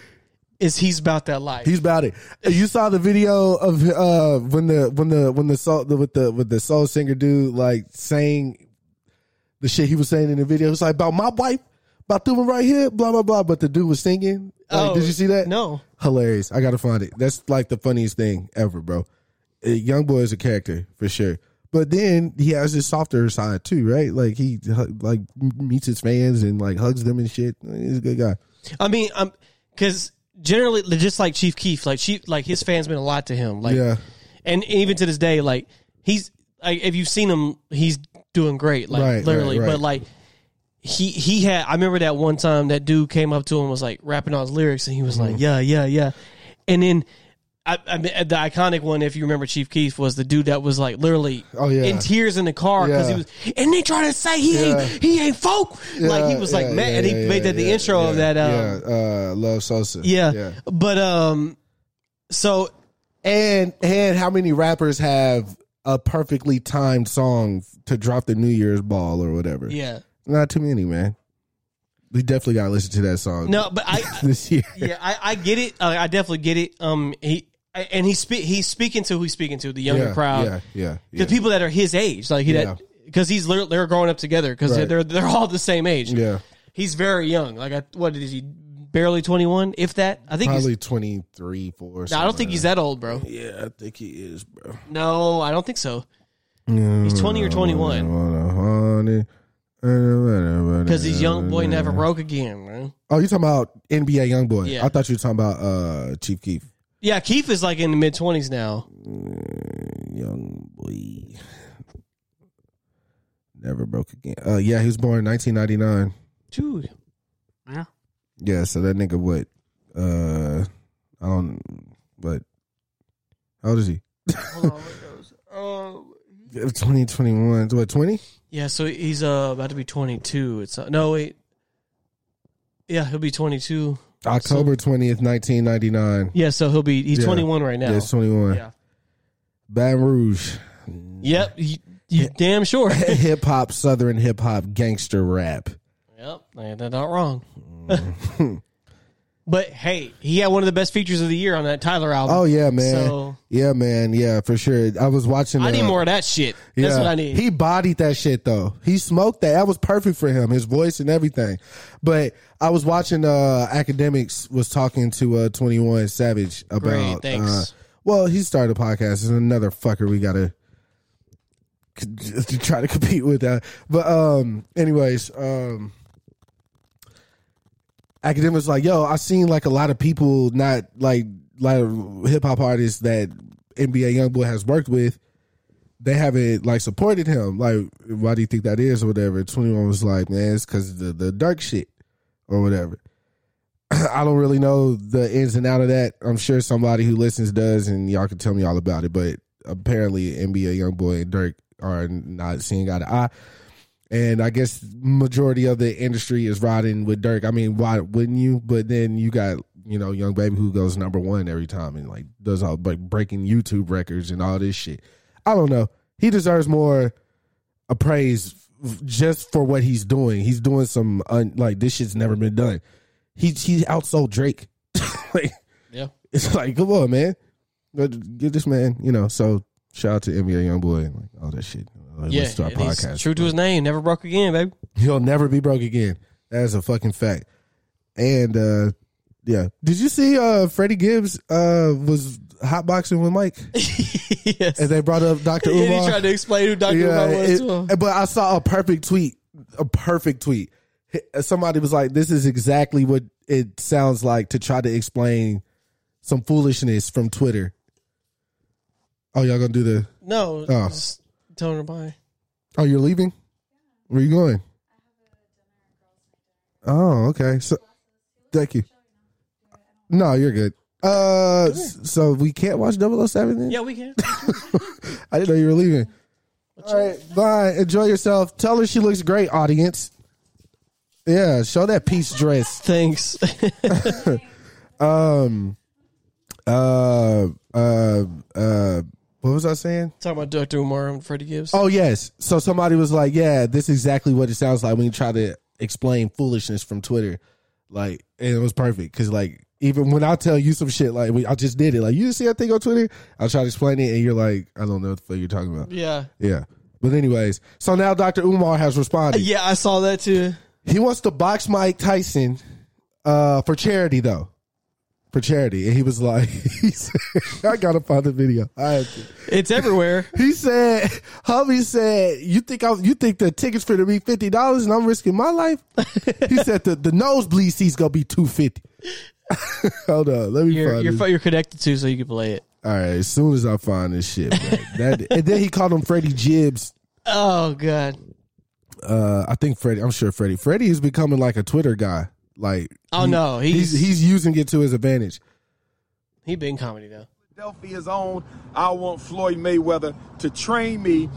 is he's about that life. He's about it. You saw the video of uh when the when the when the soul the, with the with the soul singer dude like saying the shit he was saying in the video. It's like about my wife, about them right here, blah blah blah. But the dude was singing. Like, Oh, did you see that? No. hilarious. I gotta find it. That's like the funniest thing ever, bro. Uh, Young boy is a character for sure. But then he has his softer side too, right? Like he hu- like meets his fans and like hugs them and shit. He's a good guy. I mean, um, because generally, just like Chief Keef, like Chief, like his fans been a lot to him. Like, yeah, and even to this day, like he's like if you've seen him, he's doing great, like Right, literally. right, right. But like he he had, I remember that one time that dude came up to him and was like rapping all his lyrics, and he was Mm-hmm. like, yeah, yeah, yeah, and then. I, I mean, the iconic one, if you remember Chief Keef, was the dude that was like literally Oh, yeah. in tears in the car because Yeah. he was, and they trying to say he Yeah. ain't he ain't folk, like he Yeah, was yeah, like man, yeah, and he yeah, made that the yeah, intro of yeah, that um, yeah, uh, Love Sosa. yeah. But um so And and how many rappers have a perfectly timed song to drop the New Year's ball or whatever? yeah. Not too many, man. We definitely gotta listen to that song. No, but I this year. yeah, I, I get it. Uh, I definitely get it. Um he I- and he's spe- he's speaking to who he's speaking to, the younger yeah, crowd. Yeah, yeah. The yeah. people that are his age, like he that because he's literally they're growing up together because Right. they're they're all the same age. yeah. He's very young. Like I, what is he? Barely twenty one, if that. I think. He's, Probably 23, 4. no, I don't think he's that old, bro. Yeah, I think he is, bro. No, I don't think so. Mm. He's twenty or twenty one because Because he's young boy never broke again, man. Oh, you talking about NBA young boy? Yeah. I thought you were talking about uh, Chief Keef. Yeah, Keith is like in the mid twenties now. young boy. Never broke again. Uh, yeah, he was born in 1999. Dude, yeah. Yeah, so that nigga what? Uh, I don't. But how old is he? Yeah, 20, 21. What? 20? Yeah, Um, so he's uh, about to be 22. It's uh, no wait. Yeah, he'll be 22. October 20th, 1999. Yeah, so he'll be he's Yeah. 21 right now. Yeah, it's 21. Yeah. Baton Rouge. Yep. You, you damn sure. yep. hip hop, Southern hip hop, gangster rap. yeah, That's not wrong. Mm. but hey, he had one of the best features of the year on that Tyler album. Oh yeah, man. So- yeah, man. Yeah, for sure. I was watching. I need uh, more of that shit. That's what I need. He bodied that shit though. He smoked that. That was perfect for him, his voice and everything. But I was watching uh academics was talking to uh 21 Savage about Great, thanks. uh, well, he started a podcast. It's another fucker we gotta c- to try to compete with that. But um anyways, um academics like yo i seen like a lot of people not like like hip-hop artists that nba youngboy has worked with they haven't like supported him like why do you think that is or whatever 21 was like man it's because the, the dark shit or whatever i don't really know the ins and out of that i'm sure somebody who listens does and y'all can tell me all about it but apparently nba youngboy and dirk are not seeing eye to eye and I guess majority of the industry is riding with Dirk. I mean, why wouldn't you? But then you got you know young baby who goes number one every time and like does all like breaking YouTube records and all this shit. I don't know. He deserves more a praise f- just for what he's doing. He's doing some un, like this shit's never been done. He he outsold Drake. like yeah. it's like come on, man. But Give this man, you know. So shout out to NBA YoungBoy and like all that shit. Like, Yeah. listen to our and he's podcast. True to his name, never broke again, baby. He'll never be broke again. That is a fucking fact. And uh yeah. Did you see uh Freddie Gibbs uh was hotboxing with Mike? yes. And they brought up Dr. And he Umar. tried to explain who Dr. yeah, Umar was it- to him. but I saw a perfect tweet. A perfect tweet. H- Somebody was like, This is exactly what it sounds like to try to explain some foolishness from Twitter. Oh, y'all gonna do the No, Oh. just telling her bye. Oh, you're leaving? Where you going? Oh, okay. So, thank you. No, you're good. Uh, s- so we can't watch 007 then? Yeah, we can. I didn't know you were leaving. All right, bye. Enjoy yourself. Tell her she looks great, audience. Yeah, show that peace dress. Thanks. Um, uh, uh, uh, what was I saying? Talking about Dr. Umar and Freddie Gibbs. Oh yes. So somebody was like, "Yeah, this is exactly what it sounds like when you try to explain foolishness from Twitter." Like, and it was perfect because, like, even when I tell you some shit, like, we, I just did it. Like, you didn't see that thing on Twitter? I try to explain it, and you're like, "I don't know what the fuck you're talking about." Yeah. Yeah. But anyways, so now Dr. Umar has responded. Yeah, I saw that too. He wants to box Mike Tyson uh, for charity, though. For charity. And he was like, he said, I got to find the video. I have to. It's everywhere. He said, hubby said, you think I, you think the tickets for to be fifty dollars and I'm risking my life? he said the, the nosebleed seats gonna be two fifty. Hold on, let me You're find you're, this. fu- you're connected to, so you can play it. All right, as soon as I find this shit, bro, that and then he called him Freddie Gibbs. Oh god. Uh, I think Freddie. I'm sure Freddie. Freddie is becoming like a Twitter guy. Like, Oh no, he's he's he's he's using it to his advantage. he been comedy though. Philadelphia's own. I want Floyd Mayweather to train me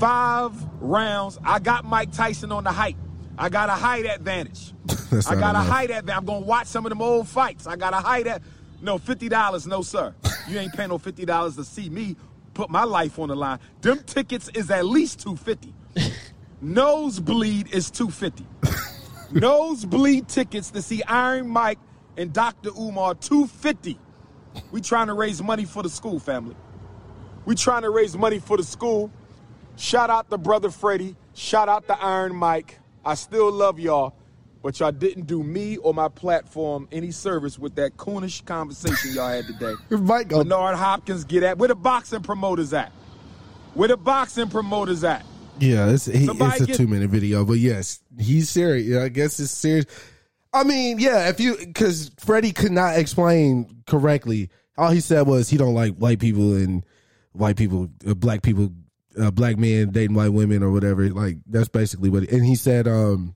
five rounds. I got Mike Tyson on the height. I got a height advantage. That's I not got a enough. height advantage. I'm gonna watch some of them old fights. I got a height at no fifty dollars, no sir. You ain't paying no fifty dollars to see me put my life on the line. Them tickets is at least two fifty. Nosebleed is two fifty. Nosebleed tickets to see Iron Mike and Dr. Umar two fifty. We trying to raise money for the school family. We trying to raise money for the school. Shout out to brother Freddie. Shout out to Iron Mike. I still love y'all, but y'all didn't do me or my platform any service with that coonish conversation y'all had today. Mike gonna- Bernard Hopkins, get at where the boxing promoters at. Where the boxing promoters at. Yeah, it's he, Somebody it's a get- two minute video, but yes, he's serious. Yeah, I guess it's serious. I mean, yeah, if you because Freddie could not explain correctly. All he said was he don't like white people and white people, uh, black people, uh, black men dating white women or whatever. Like that's basically what. and he said, um,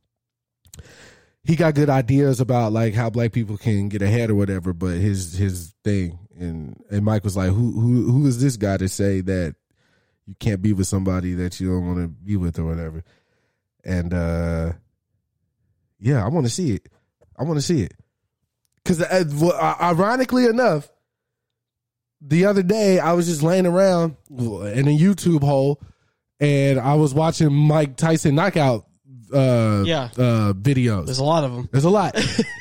he got good ideas about like how black people can get ahead or whatever. But his his thing and and Mike was like, who who who is this guy to say that you can't be with somebody that you don't want to be with or whatever. And uh yeah, I want to see it. I want to see it. Cuz ironically enough, the other day I was just laying around in a YouTube hole and I was watching Mike Tyson knockout uh Yeah. uh videos. There's a lot of them. There's a lot.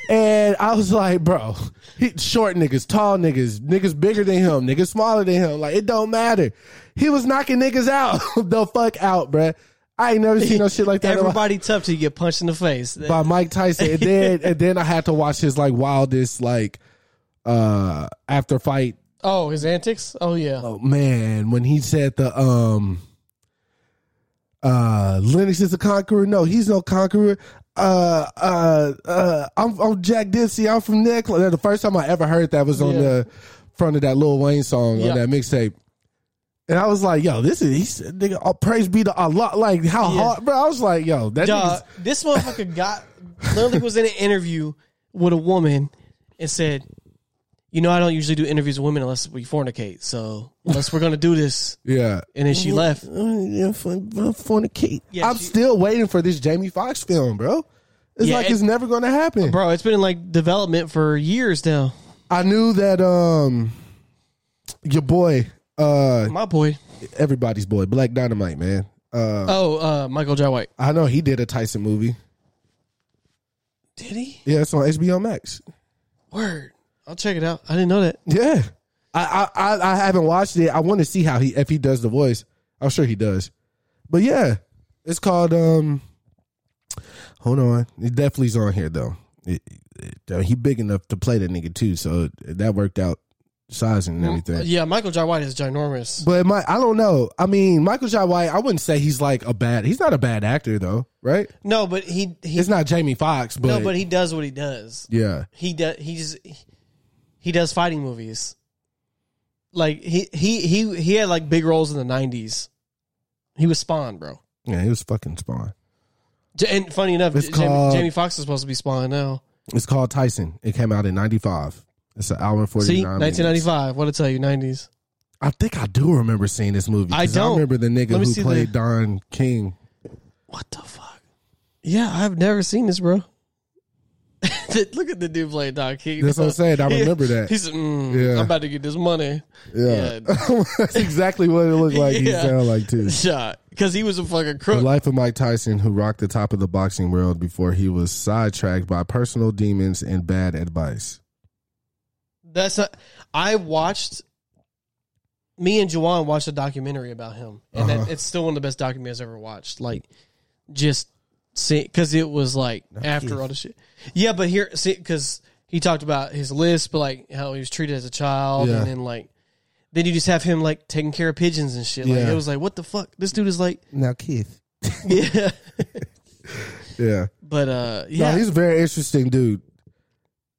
and I was like, bro, he, short niggas, tall niggas, niggas bigger than him, niggas smaller than him. Like, it don't matter. He was knocking niggas out the fuck out, bruh. I ain't never seen no shit like that in my- Everybody tough till you get punched in the face. by Mike Tyson. And then, and then I had to watch his like wildest, like, uh, after fight. oh, his antics. Oh yeah. Oh man, when he said the, um, uh, Lennox is a conqueror. No, he's no conqueror. Uh, uh, uh, I'm, I'm Jack Dempsey. I'm from that. cl- The first time I ever heard that was on Yeah. the front of that Lil Wayne song Yeah. on that mixtape. And I was like, yo, this is, he said, nigga, all praise be to Allah. Like, how Yeah. hard, bro? I was like, yo, that Duh, nigga's- this motherfucker got literally was in an interview with a woman and said, "You know, I don't usually do interviews with women unless we fornicate. So unless we're gonna do this." yeah. And then she left. Yeah, fun- fornicate. Yeah, I'm she- still waiting for this Jamie Foxx film, bro. It's Yeah, like it- it's never going to happen. Bro, it's been in like development for years now. I knew that um your boy uh My boy. everybody's boy, Black Dynamite, man. Uh, Oh, uh, Michael J. White. I know he did a Tyson movie. Did he? Yeah, it's on HBO Max. Word. I'll check it out. I didn't know that. Yeah, I I I, I haven't watched it. I want to see how he if he does the voice. I'm sure he does. But yeah, it's called um. Hold on, it definitely's on here though. It, it- he big enough to play that nigga too, so that worked out sizing and everything. Yeah, Michael J. White is ginormous. But my, I don't know. I mean, Michael Jai White, I wouldn't say he's like a bad. He's not a bad actor though, right? No, but he he It's not Jamie Foxx, but, no, but he does what he does. yeah, He does he's he does fighting movies. Like he he he he had like big roles in the nineties. He was Spawn, bro. yeah, he was fucking Spawn. J- And funny enough, It's Jamie, called- Jamie Foxx is supposed to be Spawn now. It's called Tyson. It came out in '95. It's an hour and forty nine. See, nineteen ninety five. What I tell you, nineties. I think I do remember seeing this movie. 'cause I don't. remember the nigga Let me see who the- played Don King. What the fuck? Yeah, I've never seen this, bro. Look at the dude playing Doc. He, That's what I'm saying. I he- remember that. He's mm, Yeah. I'm about to get this money. Yeah, that's exactly what it looked like. He Yeah. sounded like too. Shot because he was a fucking The crook. life of Mike Tyson, who rocked the top of the boxing world before he was sidetracked by personal demons and bad advice. That's not, I watched. Me and Juwan watched a documentary about him, and Uh-huh. that, it's still one of the best documentaries I've ever watched. Like, just see because it was like after all the shit. Yeah, but here, see, because he talked about his list, but like how he was treated as a child, Yeah. and then like, then you just have him like taking care of pigeons and shit. Like, Yeah. it was like, what the fuck? This dude is like, Now, Keith. yeah, Yeah. but uh, yeah, Yeah. he's a very interesting dude.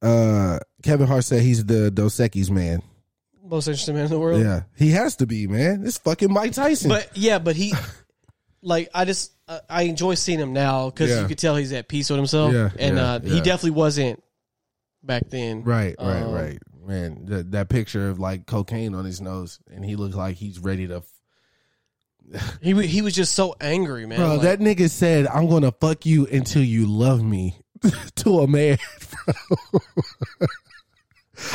Uh, Kevin Hart said he's the Dos Equis man. most interesting man in the world. Yeah, he has to be man. It's fucking Mike Tyson. But yeah, but he, like, I just uh, I enjoy seeing him now because Yeah. you could tell he's at peace with himself, Yeah, and yeah, uh, he yeah. definitely wasn't back then. right, right, Um, right. Man, that, that picture of like cocaine on his nose, and he looked like he's ready to. F- He wa- he was just so angry, man. Bro, Like, that nigga said, "I'm gonna fuck you until you love me," to a man. bro.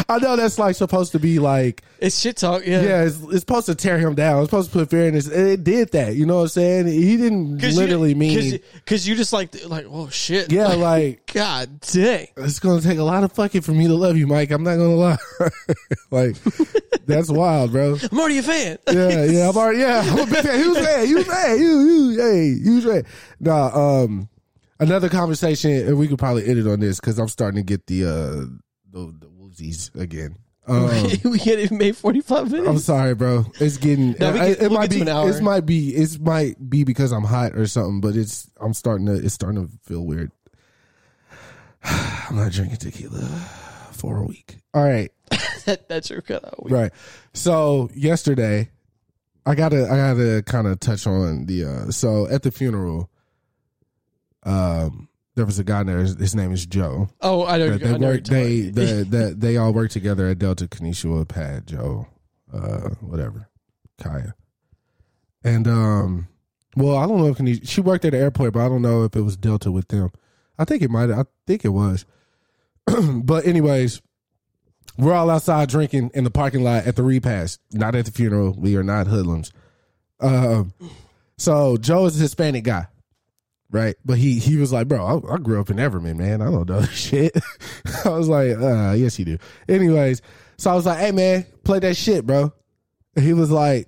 I know that's like supposed to be like, it's shit talk. yeah, Yeah, it's, it's supposed to tear him down. It's supposed to put fear in his. and It did that, you know what I'm saying? He didn't literally mean, because you just like like oh shit. yeah, like God dang. it's gonna take a lot of fucking for me to love you, Mike. I'm not gonna lie. like that's wild, bro. I'm already a fan. Yeah, yeah. I'm already yeah. I'm a big fan. He was mad. He was mad. You, you, hey, you was mad. Nah. Um, another conversation, and we could probably end it on this because I'm starting to get the uh the, the woolsies again. Um, we can't even make 45 minutes. I'm sorry, bro. It's getting. No, we can- it, we'll might get to be. an hour. It might be. It might be because I'm hot or something. But it's. I'm starting to. It's starting to feel weird. I'm not drinking tequila for a week. All right, that, that's your cutout. right. So yesterday, I gotta. I gotta kind of touch on the. uh So at the funeral, um, there was a guy there. His his name is Joe. Oh, I know. That I they know work. you're They talking- the, that they all work together at Delta Kanishua, Pat, Joe, uh, whatever, Kaya, and um. Well, I don't know if Kanish- she worked at the airport, but I don't know if it was Delta with them. I think it might. I think it was. but anyways, we're all outside drinking in the parking lot at the repast, not at the funeral. We are not hoodlums. Um, so Joe is a Hispanic guy, right? But he he was like, bro, I, I grew up in Everman, man. I don't know this shit. I was like, uh, yes, you do. Anyways, so I was like, hey, man, play that shit, bro. And he was like,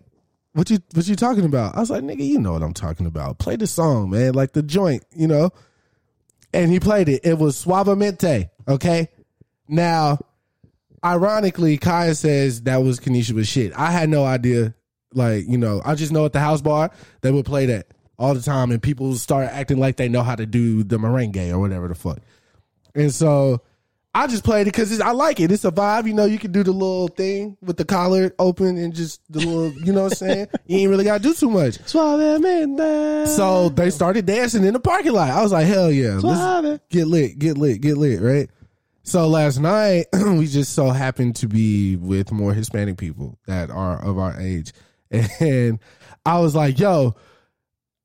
what you what you talking about? I was like, nigga, you know what I'm talking about. Play the song, man, like the joint, you know. And he played it. It was Suavemente. Okay. Now, ironically, Kaya says that was Kanisha's shit. I had no idea. Like, you know, I just know at the house bar they would play that all the time and people start acting like they know how to do the merengue or whatever the fuck. And so I just played it because I like it. It's a vibe. You know, you can do the little thing with the collar open and just the little, you know what I'm saying? You ain't really got to do too much. Suavemente. So they started dancing in the parking lot. I was like, hell yeah. Suave. Let's get lit, get lit, get lit, right? So last night, we just so happened to be with more Hispanic people that are of our age. And I was like, yo,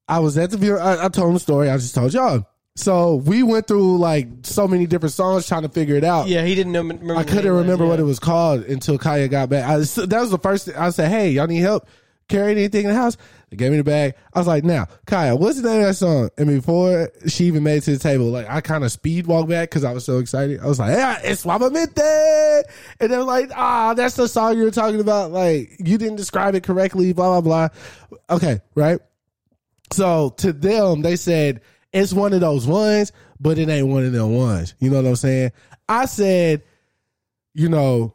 I was at the view. I, I told him the story. I just told y'all. So we went through like so many different songs trying to figure it out. yeah, he didn't know. Remember I couldn't remember what it was called until Kaya got back. I, so that was the first. thing- I said, "Hey, y'all need help carrying anything in the house?" They gave me the bag. I was like, "Now, Kaya, what's the name of that song?" And before she even made it to the table, like I kind of speed walked back because I was so excited. I was like, "Yeah, it's Wabamente," and they're like, "Ah, that's the song you were talking about. Like you didn't describe it correctly." Blah blah blah. Okay, right. So to them, they said it's one of those ones, but it ain't one of them ones. You know what I'm saying? I said, you know,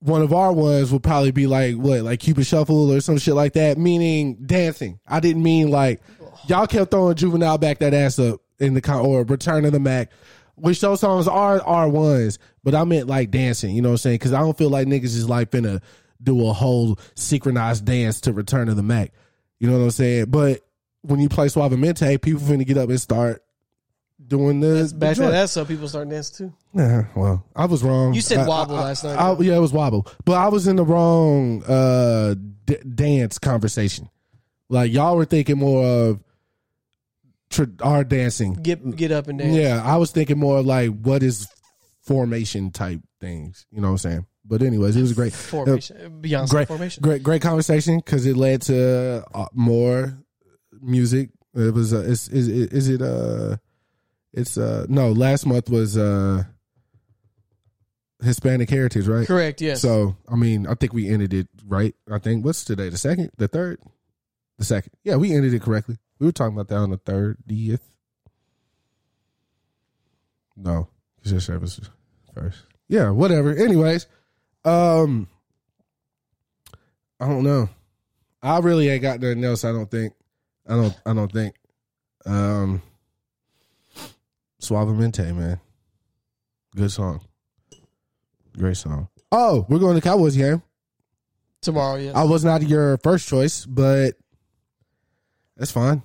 one of our ones would probably be like what, like Cupid Shuffle or some shit like that, meaning dancing. I didn't mean like y'all kept throwing Juvenile back that ass up in the con or Return of the Mac. Which those songs are are ones, but I meant like dancing. You know what I'm saying? Because I don't feel like niggas is like finna do a whole synchronized dance to Return of the Mac. You know what I'm saying? But when you play Suavemente, people finna get up and start doing the, the Back joint. that ass up, people start dancing too. Nah, well, I was wrong. You said I- wobble I- last night, I- though. yeah, it was wobble, but I was in the wrong uh, d- dance conversation. Like y'all were thinking more of tr- our dancing. Get get up and dance. Yeah, I was thinking more like what is formation type things. You know what I'm saying? But anyways, it was great. Formation. Beyonce Uh, great, formation. great, great conversation because it led to uh, more music. It was uh, is is is it uh, it's uh no last month was uh Hispanic Heritage right? Correct. Yes. So I mean I think we ended it right. I think what's today the second the third the second yeah we ended it correctly. We were talking about that on the thirtieth. No, it's just service first. Yeah, whatever. Anyways, um, I don't know. I really ain't got nothing else. I don't think. I don't. I don't think. Um, Suavemente, man. Good song. Great song. Oh, we're going to Cowboys game. tomorrow. Yes. I was not your first choice, but that's fine.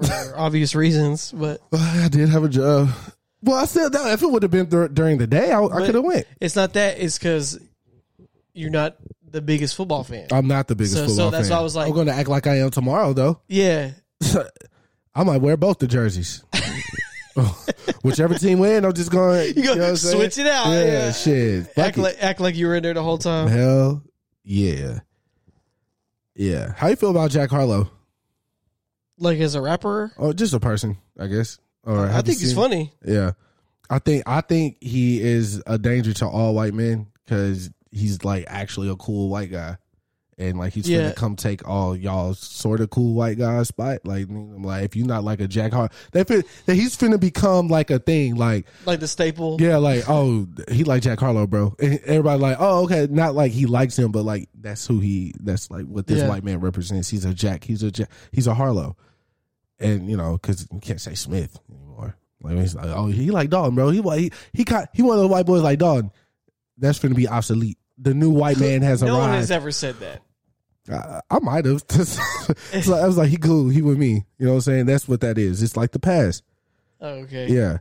for obvious reasons, but I did have a job. Well, I said that if it would have been dur- during the day, I, I But- could have went. it's not that. It's because you're not the biggest football fan. I'm not the biggest So- so football that's fan. why I was like- I'm going to act like I am tomorrow, though. yeah. I might wear both the jerseys. Whichever team win, I'm just going. You You, go know what I'm saying? switch it out, Yeah, yeah. shit. Fuck act it. like act like you were in there the whole time. Hell yeah, yeah. How you feel about Jack Harlow? Like as a rapper, Oh, just a person, I guess. Or have I you think he's seen- funny. Yeah, I think I think he is a danger to all white men because he's like actually a cool white guy, and like he's Yeah. gonna come take all y'all sort of cool white guy spot. Like, I'm like if you not like a Jack Hart, they fin- that he's finna become like a thing. Like, Like the staple. yeah, like oh he like Jack Harlow, bro. And everybody like oh okay, not like he likes him, but like that's who he. That's like what this Yeah. white man represents. He's a Jack. He's a Jack. He's a Harlow, and you know because you can't say Smith anymore. Like he's like oh he like Dalton, bro. He wa- he he caught, he one of the white boys like Dalton. That's gonna be obsolete. The new white man has No one arrived. has ever said that. I, I might have. so I was like he cool. He with me. You know what I'm saying? That's what that is. It's like the past. Okay. Yeah.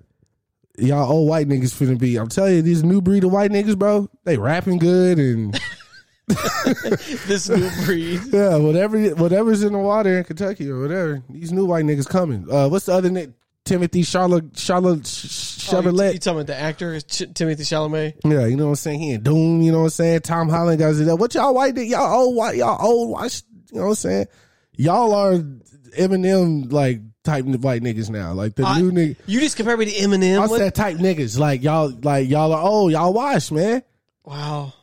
Y'all old white niggas finna be. I'm telling you, these new breed of white niggas, bro, they rapping good and This new breed. yeah, whatever whatever's in the water in Kentucky or whatever. These new white niggas coming. Uh what's the other name? Timothy Charlotte Charlotte Oh, you, you Chevrolet. talking about the actor Ch- Timothy Chalamet? yeah, you know what I'm saying? He in Doom, you know what I'm saying? Tom Holland guys is that. What y'all white niggas? Y'all old white y'all old white you know what I'm saying? Y'all are Eminem like type white niggas now. Like the I- new nigga You just compared me to Eminem. I What- said type niggas. Like y'all like y'all are old, y'all washed, man. wow.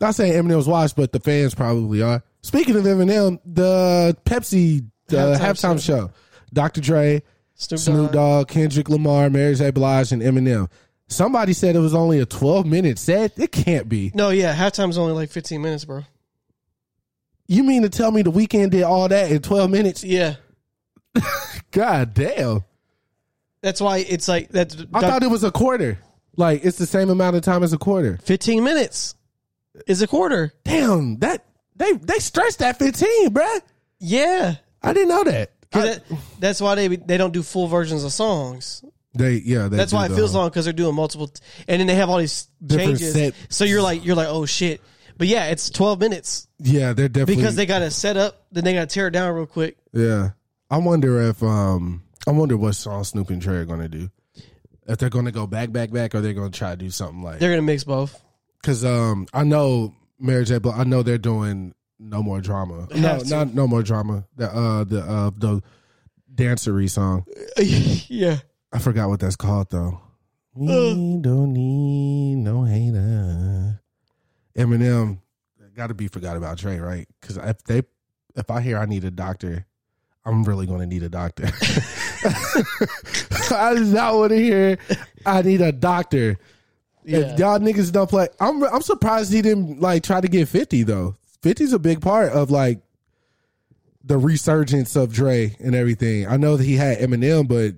Not saying Eminem's watched, but the fans probably are. Speaking of Eminem, the Pepsi uh, halftime, Halftime show, Dr. Dre, Snoop, Snoop Dogg. Dogg, Kendrick Lamar, Mary J. Blige, and Eminem. Somebody said it was only a 12 minute set. It can't be. No, yeah, halftime's only like 15 minutes, bro. You mean to tell me the weekend did all that in 12 minutes? Yeah. God damn. That's why it's like that's I thought it was a quarter. Like, it's the same amount of time as a quarter. 15 minutes is a quarter. Damn, that they they stretched that 15, bruh. Yeah. I didn't know that. 'Cause I- that- that's why they they don't do full versions of songs. they, yeah, they That's do why it the- feels long because they're doing multiple, t- and then they have all these Different changes. set. So you're like you're like oh shit, but yeah, it's twelve minutes Yeah, they're definitely. because they got to set up, then they got to tear it down real quick. Yeah. I wonder if um I wonder what song Snoop and Trey are gonna do. If they're gonna go back, back, back, or they're gonna try to do something like They're gonna mix both. because um I know Mary J. Blige, I know they're doing no more drama. No, have to. not no more drama. The uh the uh the dancery song. yeah, I forgot what that's called though. We don't need no hater. Eminem got to be forgot about Trey, right? Because if they, if I hear I need a doctor, I'm really going to need a doctor. I do not want to hear I need a doctor. yeah. If y'all niggas don't play, I'm I'm surprised he didn't like try to get 50 though. 50's a big part of like the resurgence of Dre and everything. I know that he had Eminem, but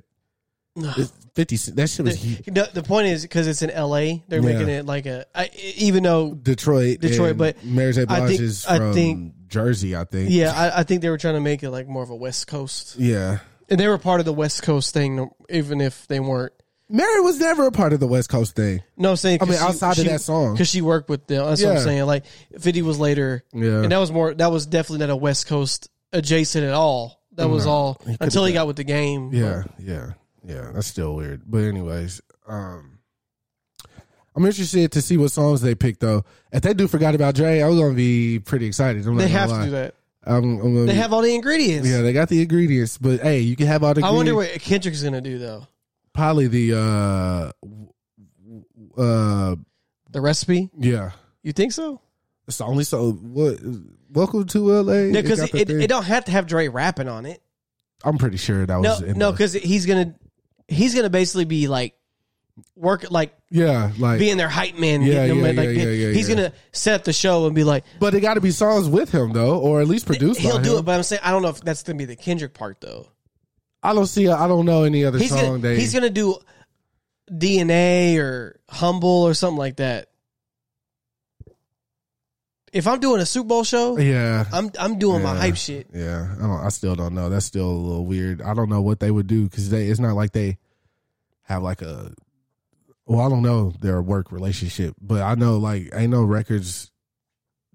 it's 50 that shit was huge. the, the point is because it's in L.A. They're Yeah. making it like a I, even though Detroit, Detroit, and but Mary J. I Blige think- is I from think- Jersey, I think. yeah I, I think they were trying to make it like more of a West Coast, yeah. and they were part of the West Coast thing, even if they weren't. Mary was never a part of the West Coast thing. No, I'm saying I mean, outside of that song. because she worked with them. That's what Yeah. I'm saying. Like Fifty was later, Yeah. and that was more. That was definitely not a West Coast adjacent at all. That was all until he got with the game. Yeah, yeah, yeah. That's still weird. But anyways, um, I'm interested to see what songs they pick though. If they do forgot about Dre, I'm gonna be pretty excited. I'm not They gonna have lie. to do that. I'm, I'm gonna They be- have all the ingredients. yeah, they got the ingredients, but hey, you can have all the. I wonder ingredients. what Kendrick's gonna do though. probably the uh uh The recipe? yeah. You think so? It's the only so what. Welcome to LA. No, because got it, the it, thing. don't have to have Dre rapping on it. I'm pretty sure that No, was in no, the- because he's gonna he's gonna basically be like work like yeah, like being their hype man. Yeah, getting them, yeah, like, yeah, yeah, yeah, he's yeah. gonna set up the show and be like, But it got to be songs with him though, or at least produced. he'll by do him. it. But I'm saying I don't know if that's gonna be the Kendrick part though. I don't see. I don't know any other He's song. gonna they, he's gonna do DNA or humble or something like that. If I'm doing a Super Bowl show, yeah. I'm I'm doing my Yeah. hype shit. Yeah, I don't. I still don't know. That's still a little weird. I don't know what they would do because they. It's not like they have like a. Well, I don't know their work relationship, but I know like ain't no records.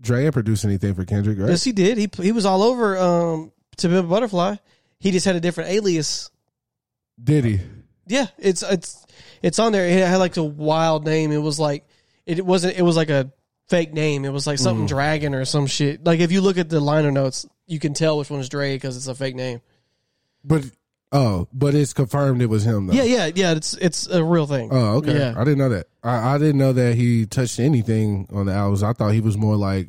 Dre ain't produced anything for Kendrick, right? Yes, he did. He he was all over um, to Pimp a Butterfly. He just had a different alias. Did he? Yeah, it's it's it's on there. It had like a wild name. It was like it wasn't. It was like a fake name. It was like something Mm-hmm. dragon or some shit. Like if you look at the liner notes, you can tell which one's Dre because it's a fake name. But oh, but it's confirmed it was him though. Yeah, yeah, yeah. It's it's a real thing. Oh, okay. Yeah. I didn't know that. I, I didn't know that he touched anything on the albums. I thought he was more like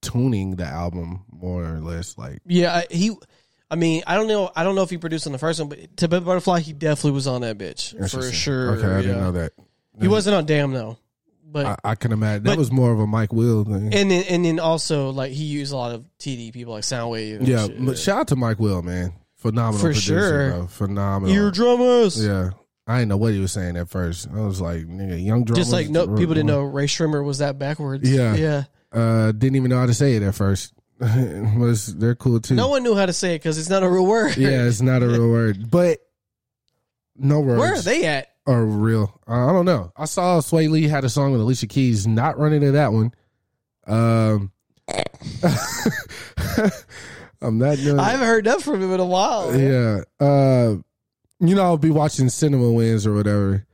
tuning the album more or less. Like Yeah, I, he. I mean, I don't know. I don't know if he produced on the first one, but to Pimp a Butterfly, he definitely was on that bitch for Interesting. sure. Okay, I yeah. didn't know that. He wasn't on Damn though, but I, I can imagine that But- was more of a Mike Will thing. And then, and then also like he used a lot of TD people like Soundwave. And yeah, shit. but shout out to Mike Will, man. Phenomenal For producer, sure. bro. Phenomenal. ear drummers. yeah. I didn't know what he was saying at first. I was like, nigga, young drummer. Just like no people didn't know Ray Shrimmer was that backwards. Yeah. yeah. Uh, didn't even know how to say it at first. was they're cool too. No one knew how to say it because it's not a real word. yeah, it's not a real word, but no words Where are they at? are real. Uh, I don't know. I saw Sway Lee had a song with Alicia Keys. Not running to that one. Um, I'm not. doing I it. haven't heard that from him in a while. man. Yeah. Uh, you know, I'll be watching Cinema Wins or whatever,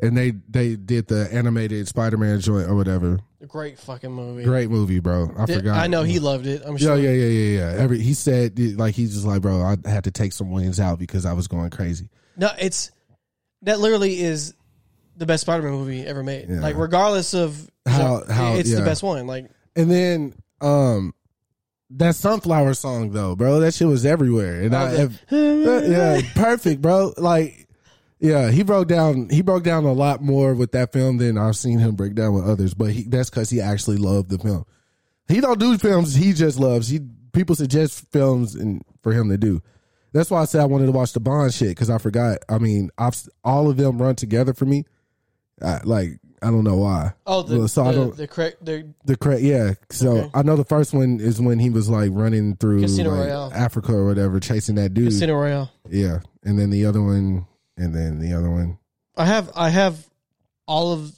and they they did the animated Spider Man joint or whatever. great fucking movie. Great movie, bro. I Th- forgot. I know he loved it. I'm Yeah, sure. yeah, yeah, yeah, yeah. Every he said like he's just like, bro, I had to take some wins out because I was going crazy. No, it's that literally is the best Spider-Man movie ever made. Yeah. Like regardless of How- how- it's yeah. the best one. Like And then um that sunflower song though, bro, that shit was everywhere. And I, if- yeah, perfect, bro. Like yeah, he broke down he broke down a lot more with that film than I've seen him break down with others, but he, that's cuz he actually loved the film. He don't do films he just loves. He people suggest films and for him to do. That's why I said I wanted to watch the Bond shit cuz I forgot. I mean, I've, all of them run together for me. I, like I don't know why. oh the so I the, don't the correct the the cra- yeah. So Okay. I know the first one is when he was like running through Casino like, Royale. Africa or whatever, chasing that dude. Casino Royale. Yeah, and then the other one, and then the other one. I have I have all of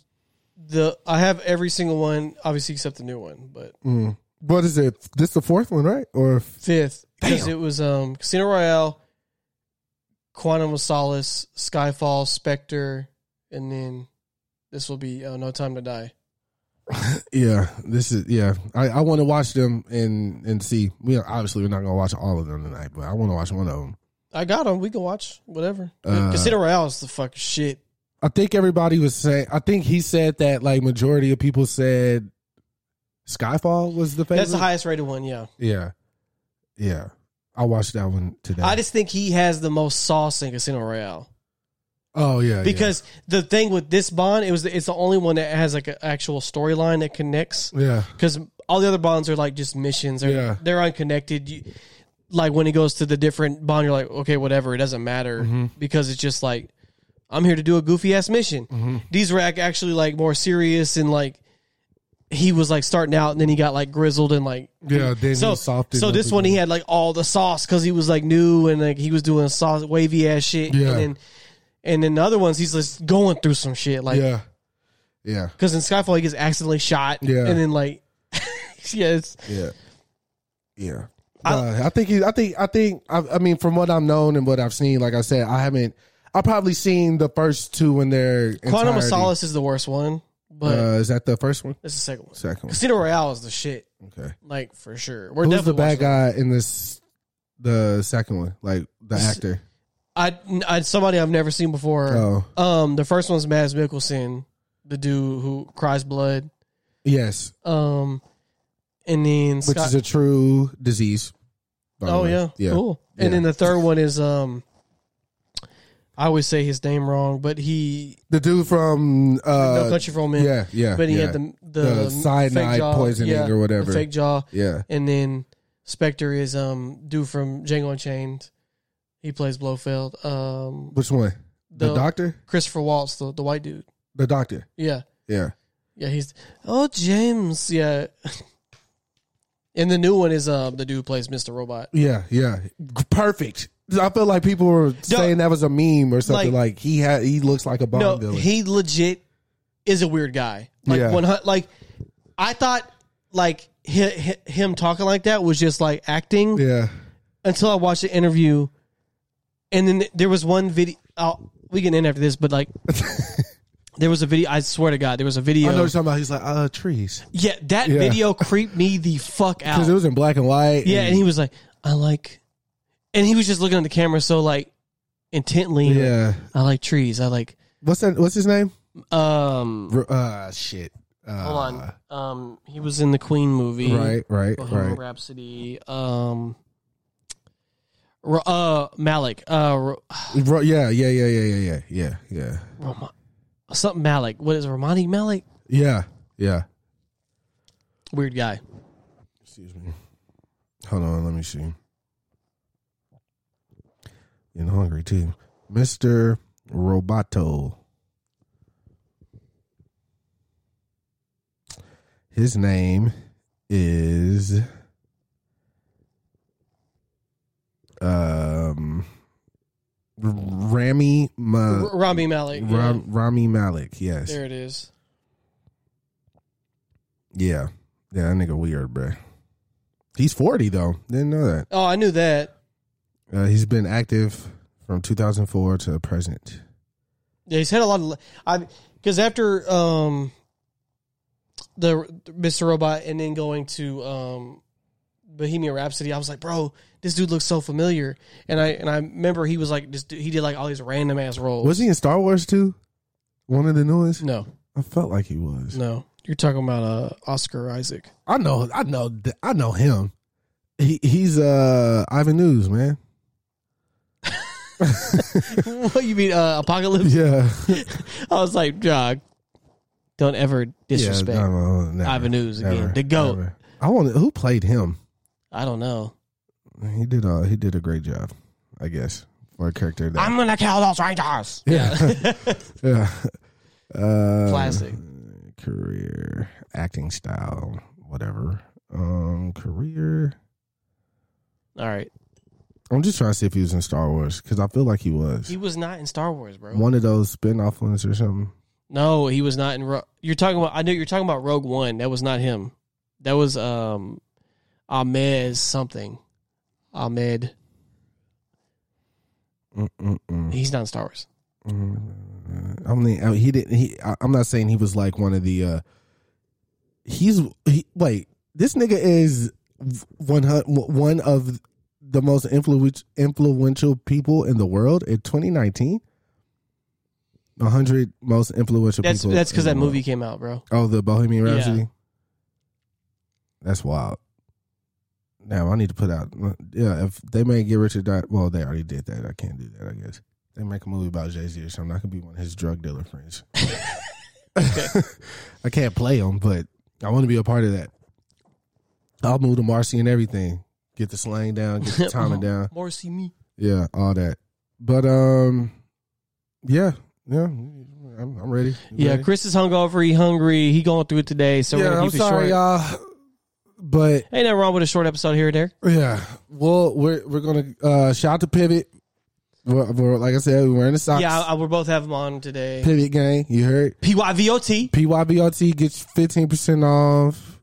the I have every single one, obviously except the new one, but Mm. What is it? This the fourth one, right? Or fifth because it was um Casino Royale, Quantum of Solace, Skyfall, Spectre, and then this will be uh, No Time to Die. yeah, this is yeah. I, I want to watch them and and see. We obviously we're not gonna watch all of them tonight, but I want to watch one of them. I got them. We can watch whatever. Uh, Casino Royale is the fucking shit. I think everybody was saying. I think he said that like majority of people said Skyfall was the favorite. That's the highest rated one. Yeah, Yeah, yeah. I watched that one today. I just think he has the most sauce in Casino Royale oh yeah yeah. because the thing with this Bond, it was it's the only one that has like an actual storyline that connects. Yeah. because all the other bonds are like just missions. They're, Yeah. they're unconnected. You, like when it goes to the different bond, you're like, okay, whatever. It doesn't matter Mm-hmm. because it's just like I'm here to do a goofy ass mission. Mm-hmm. These were ac- actually like more serious and like he was like starting out and then he got like grizzled and like Yeah, then so he softened so up this one he again. had like all the sauce because he was like new and like he was doing sauce wavy ass shit Yeah. and then and then the other ones he's just going through some shit like yeah. Yeah. because in Skyfall he gets accidentally shot Yeah. and then like yeah it's Yeah. Yeah. Uh, I think he, I think I think I, I mean from what I've known and what I've seen, like I said, I haven't. I probably seen the first two in their Quantum of entirety. Solace is the worst one, But uh, is that the first one? it's the second one. Second one. Casino Royale is the shit, Okay. like for sure. We're Who's the definitely bad watching that. guy in this? The second one, like the S- actor. I, I somebody I've never seen before. Oh, Um, the first one's Mads Mikkelsen, the dude who cries blood. yes, Um, and then which Scott, is a true disease. by the oh way. yeah, yeah. cool. And Yeah. then the third one is um, I always say his name wrong, but he The dude from uh, No Country for Old Men. yeah, yeah, but he yeah. had the the, The cyanide fake jaw, poisoning yeah, or whatever. the fake jaw, yeah. and then Spectre is um dude from Django Unchained. He plays Blofeld. Um, Which one? The, The- doctor? Christopher Waltz, the, the white dude. The doctor. Yeah, Yeah. yeah, he's oh James, yeah. and the new one is um the dude who plays Mister Robot. Yeah, yeah. G- Perfect. I feel like people were saying that was a meme or something. Like, like- he had he looks like a bomb no, villain. he legit is a weird guy. Like Yeah. one hun- like I thought like hi, hi, him talking like that was just like acting yeah. until I watched the interview, and then there was one video. I'll, we can end after this, but like. There was a video. I swear to God, there was a I video. know what you're talking about. He's like, uh, trees. yeah, that Yeah. video creeped me the fuck out. Because it was in black and white. Yeah, and he was like, I like, and he was just looking at the camera so like intently. Yeah. I like trees. I like, What's that? What's his name? um, R- Uh, shit. Uh, hold on. Um, he was in the Queen movie, Right, right, Bohemian right. Rhapsody. Um, Ro- uh, Malik. Uh, Ro- Bro, yeah, yeah, yeah, yeah, yeah, yeah, yeah, yeah, Roma- something Malik. What is it, Romani Malik? yeah, yeah. Weird guy. Excuse me. Hold on, let me see. Getting hungry too. Mr. Roboto. His name is um Rami Ma- R- Rami Malik. yeah. Ram- Rami Malik, yes. there it is. Yeah. Yeah, that nigga weird, bruh. He's 40 though. Didn't know that. Oh, I knew that. Uh, he's been active from 2004 to present. Yeah, he's had a lot of. I because after um the Mr. Robot and then going to um Bohemian Rhapsody, I was like, bro, this dude looks so familiar. And I and I remember he was like, this dude, he did like all these random ass roles. Was he in Star Wars too? One of the newest? No, I felt like he was. no. You're talking about uh Oscar Isaac. I know, I know, th- I know him. He he's uh Ivan News man. what you mean uh, Apocalypse? Yeah, I was like, dog, don't ever disrespect Yeah, no, no, never, Ivan Ooze again. never, The goat. never. I want who played him. I don't know. He did a he did a great job, I guess, for a character that. gonna kill those rangers. yeah, yeah. Uh, Classic. career, acting style, whatever. Um, career. All right. I'm just trying to see if he was in Star Wars because I feel like he was He was not in Star Wars, bro. one of those spin-off ones or something. No, he was not in. Ro- you're talking about. I know you're talking about Rogue One. That was not him. That was um, Ahmed something. Ahmed. Mm-mm-mm. He's not in Star Wars. I mean, I- he didn't. He, I, I'm not saying he was like one of the. uh He's he, wait. This nigga is one hun- one of the most influential influential people in the world in 2019. A hundred most influential That's people. that's because in the that world. movie came out, bro. Oh, the Bohemian Yeah. Rhapsody. That's wild. Now I need to put out. Yeah, if they may get Richard. Dyer, well, they already did that. I can't do that. I guess they make a movie about Jay Z or something. I could be one of his drug dealer friends. I can't play him, but I want to be a part of that. I'll move to Marcy and everything. Get the slang down. Get the timing down. More see me. Yeah, all that. But um, yeah, yeah. I'm, I'm ready. You Yeah, ready? Chris is hungover. He hungry. He going through it today. So we're yeah, gonna I'm keep sorry, it short. y'all. But Ain't nothing wrong with a short episode here or there. yeah, well, we're we're gonna uh, shout out to Pivot. We're, we're- like I said, we're wearing the socks. Yeah, I, I, we'll both have him on today. Pivot gang, you heard? PYVOT. PYBRT gets fifteen percent off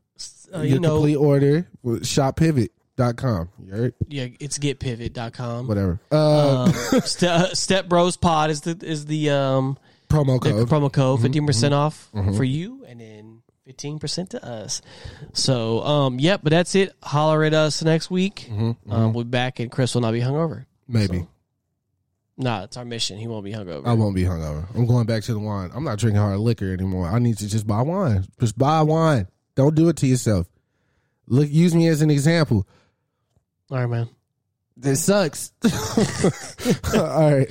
Uh, your you know, complete order. with Shoppivot.com. You heard? yeah, it's getpivot.com. Um, Whatever. Uh, Ste- uh, Step Bros Pod is the is the um Promo the code. promo code, 15% percent Mm-hmm. off for you, and then fifteen percent to us. So, um, yep. But that's it. Holler at us next week. Um, we'll be back, and Chris will not be hungover. Mm-hmm, Maybe. Nah, it's our mission. He won't be hungover. I won't be hungover. I'm going back to the wine. I'm not drinking hard liquor anymore. I need to just buy wine. Just buy wine. Don't do it to yourself. Look, use me as an example. All right, man. This sucks. All right.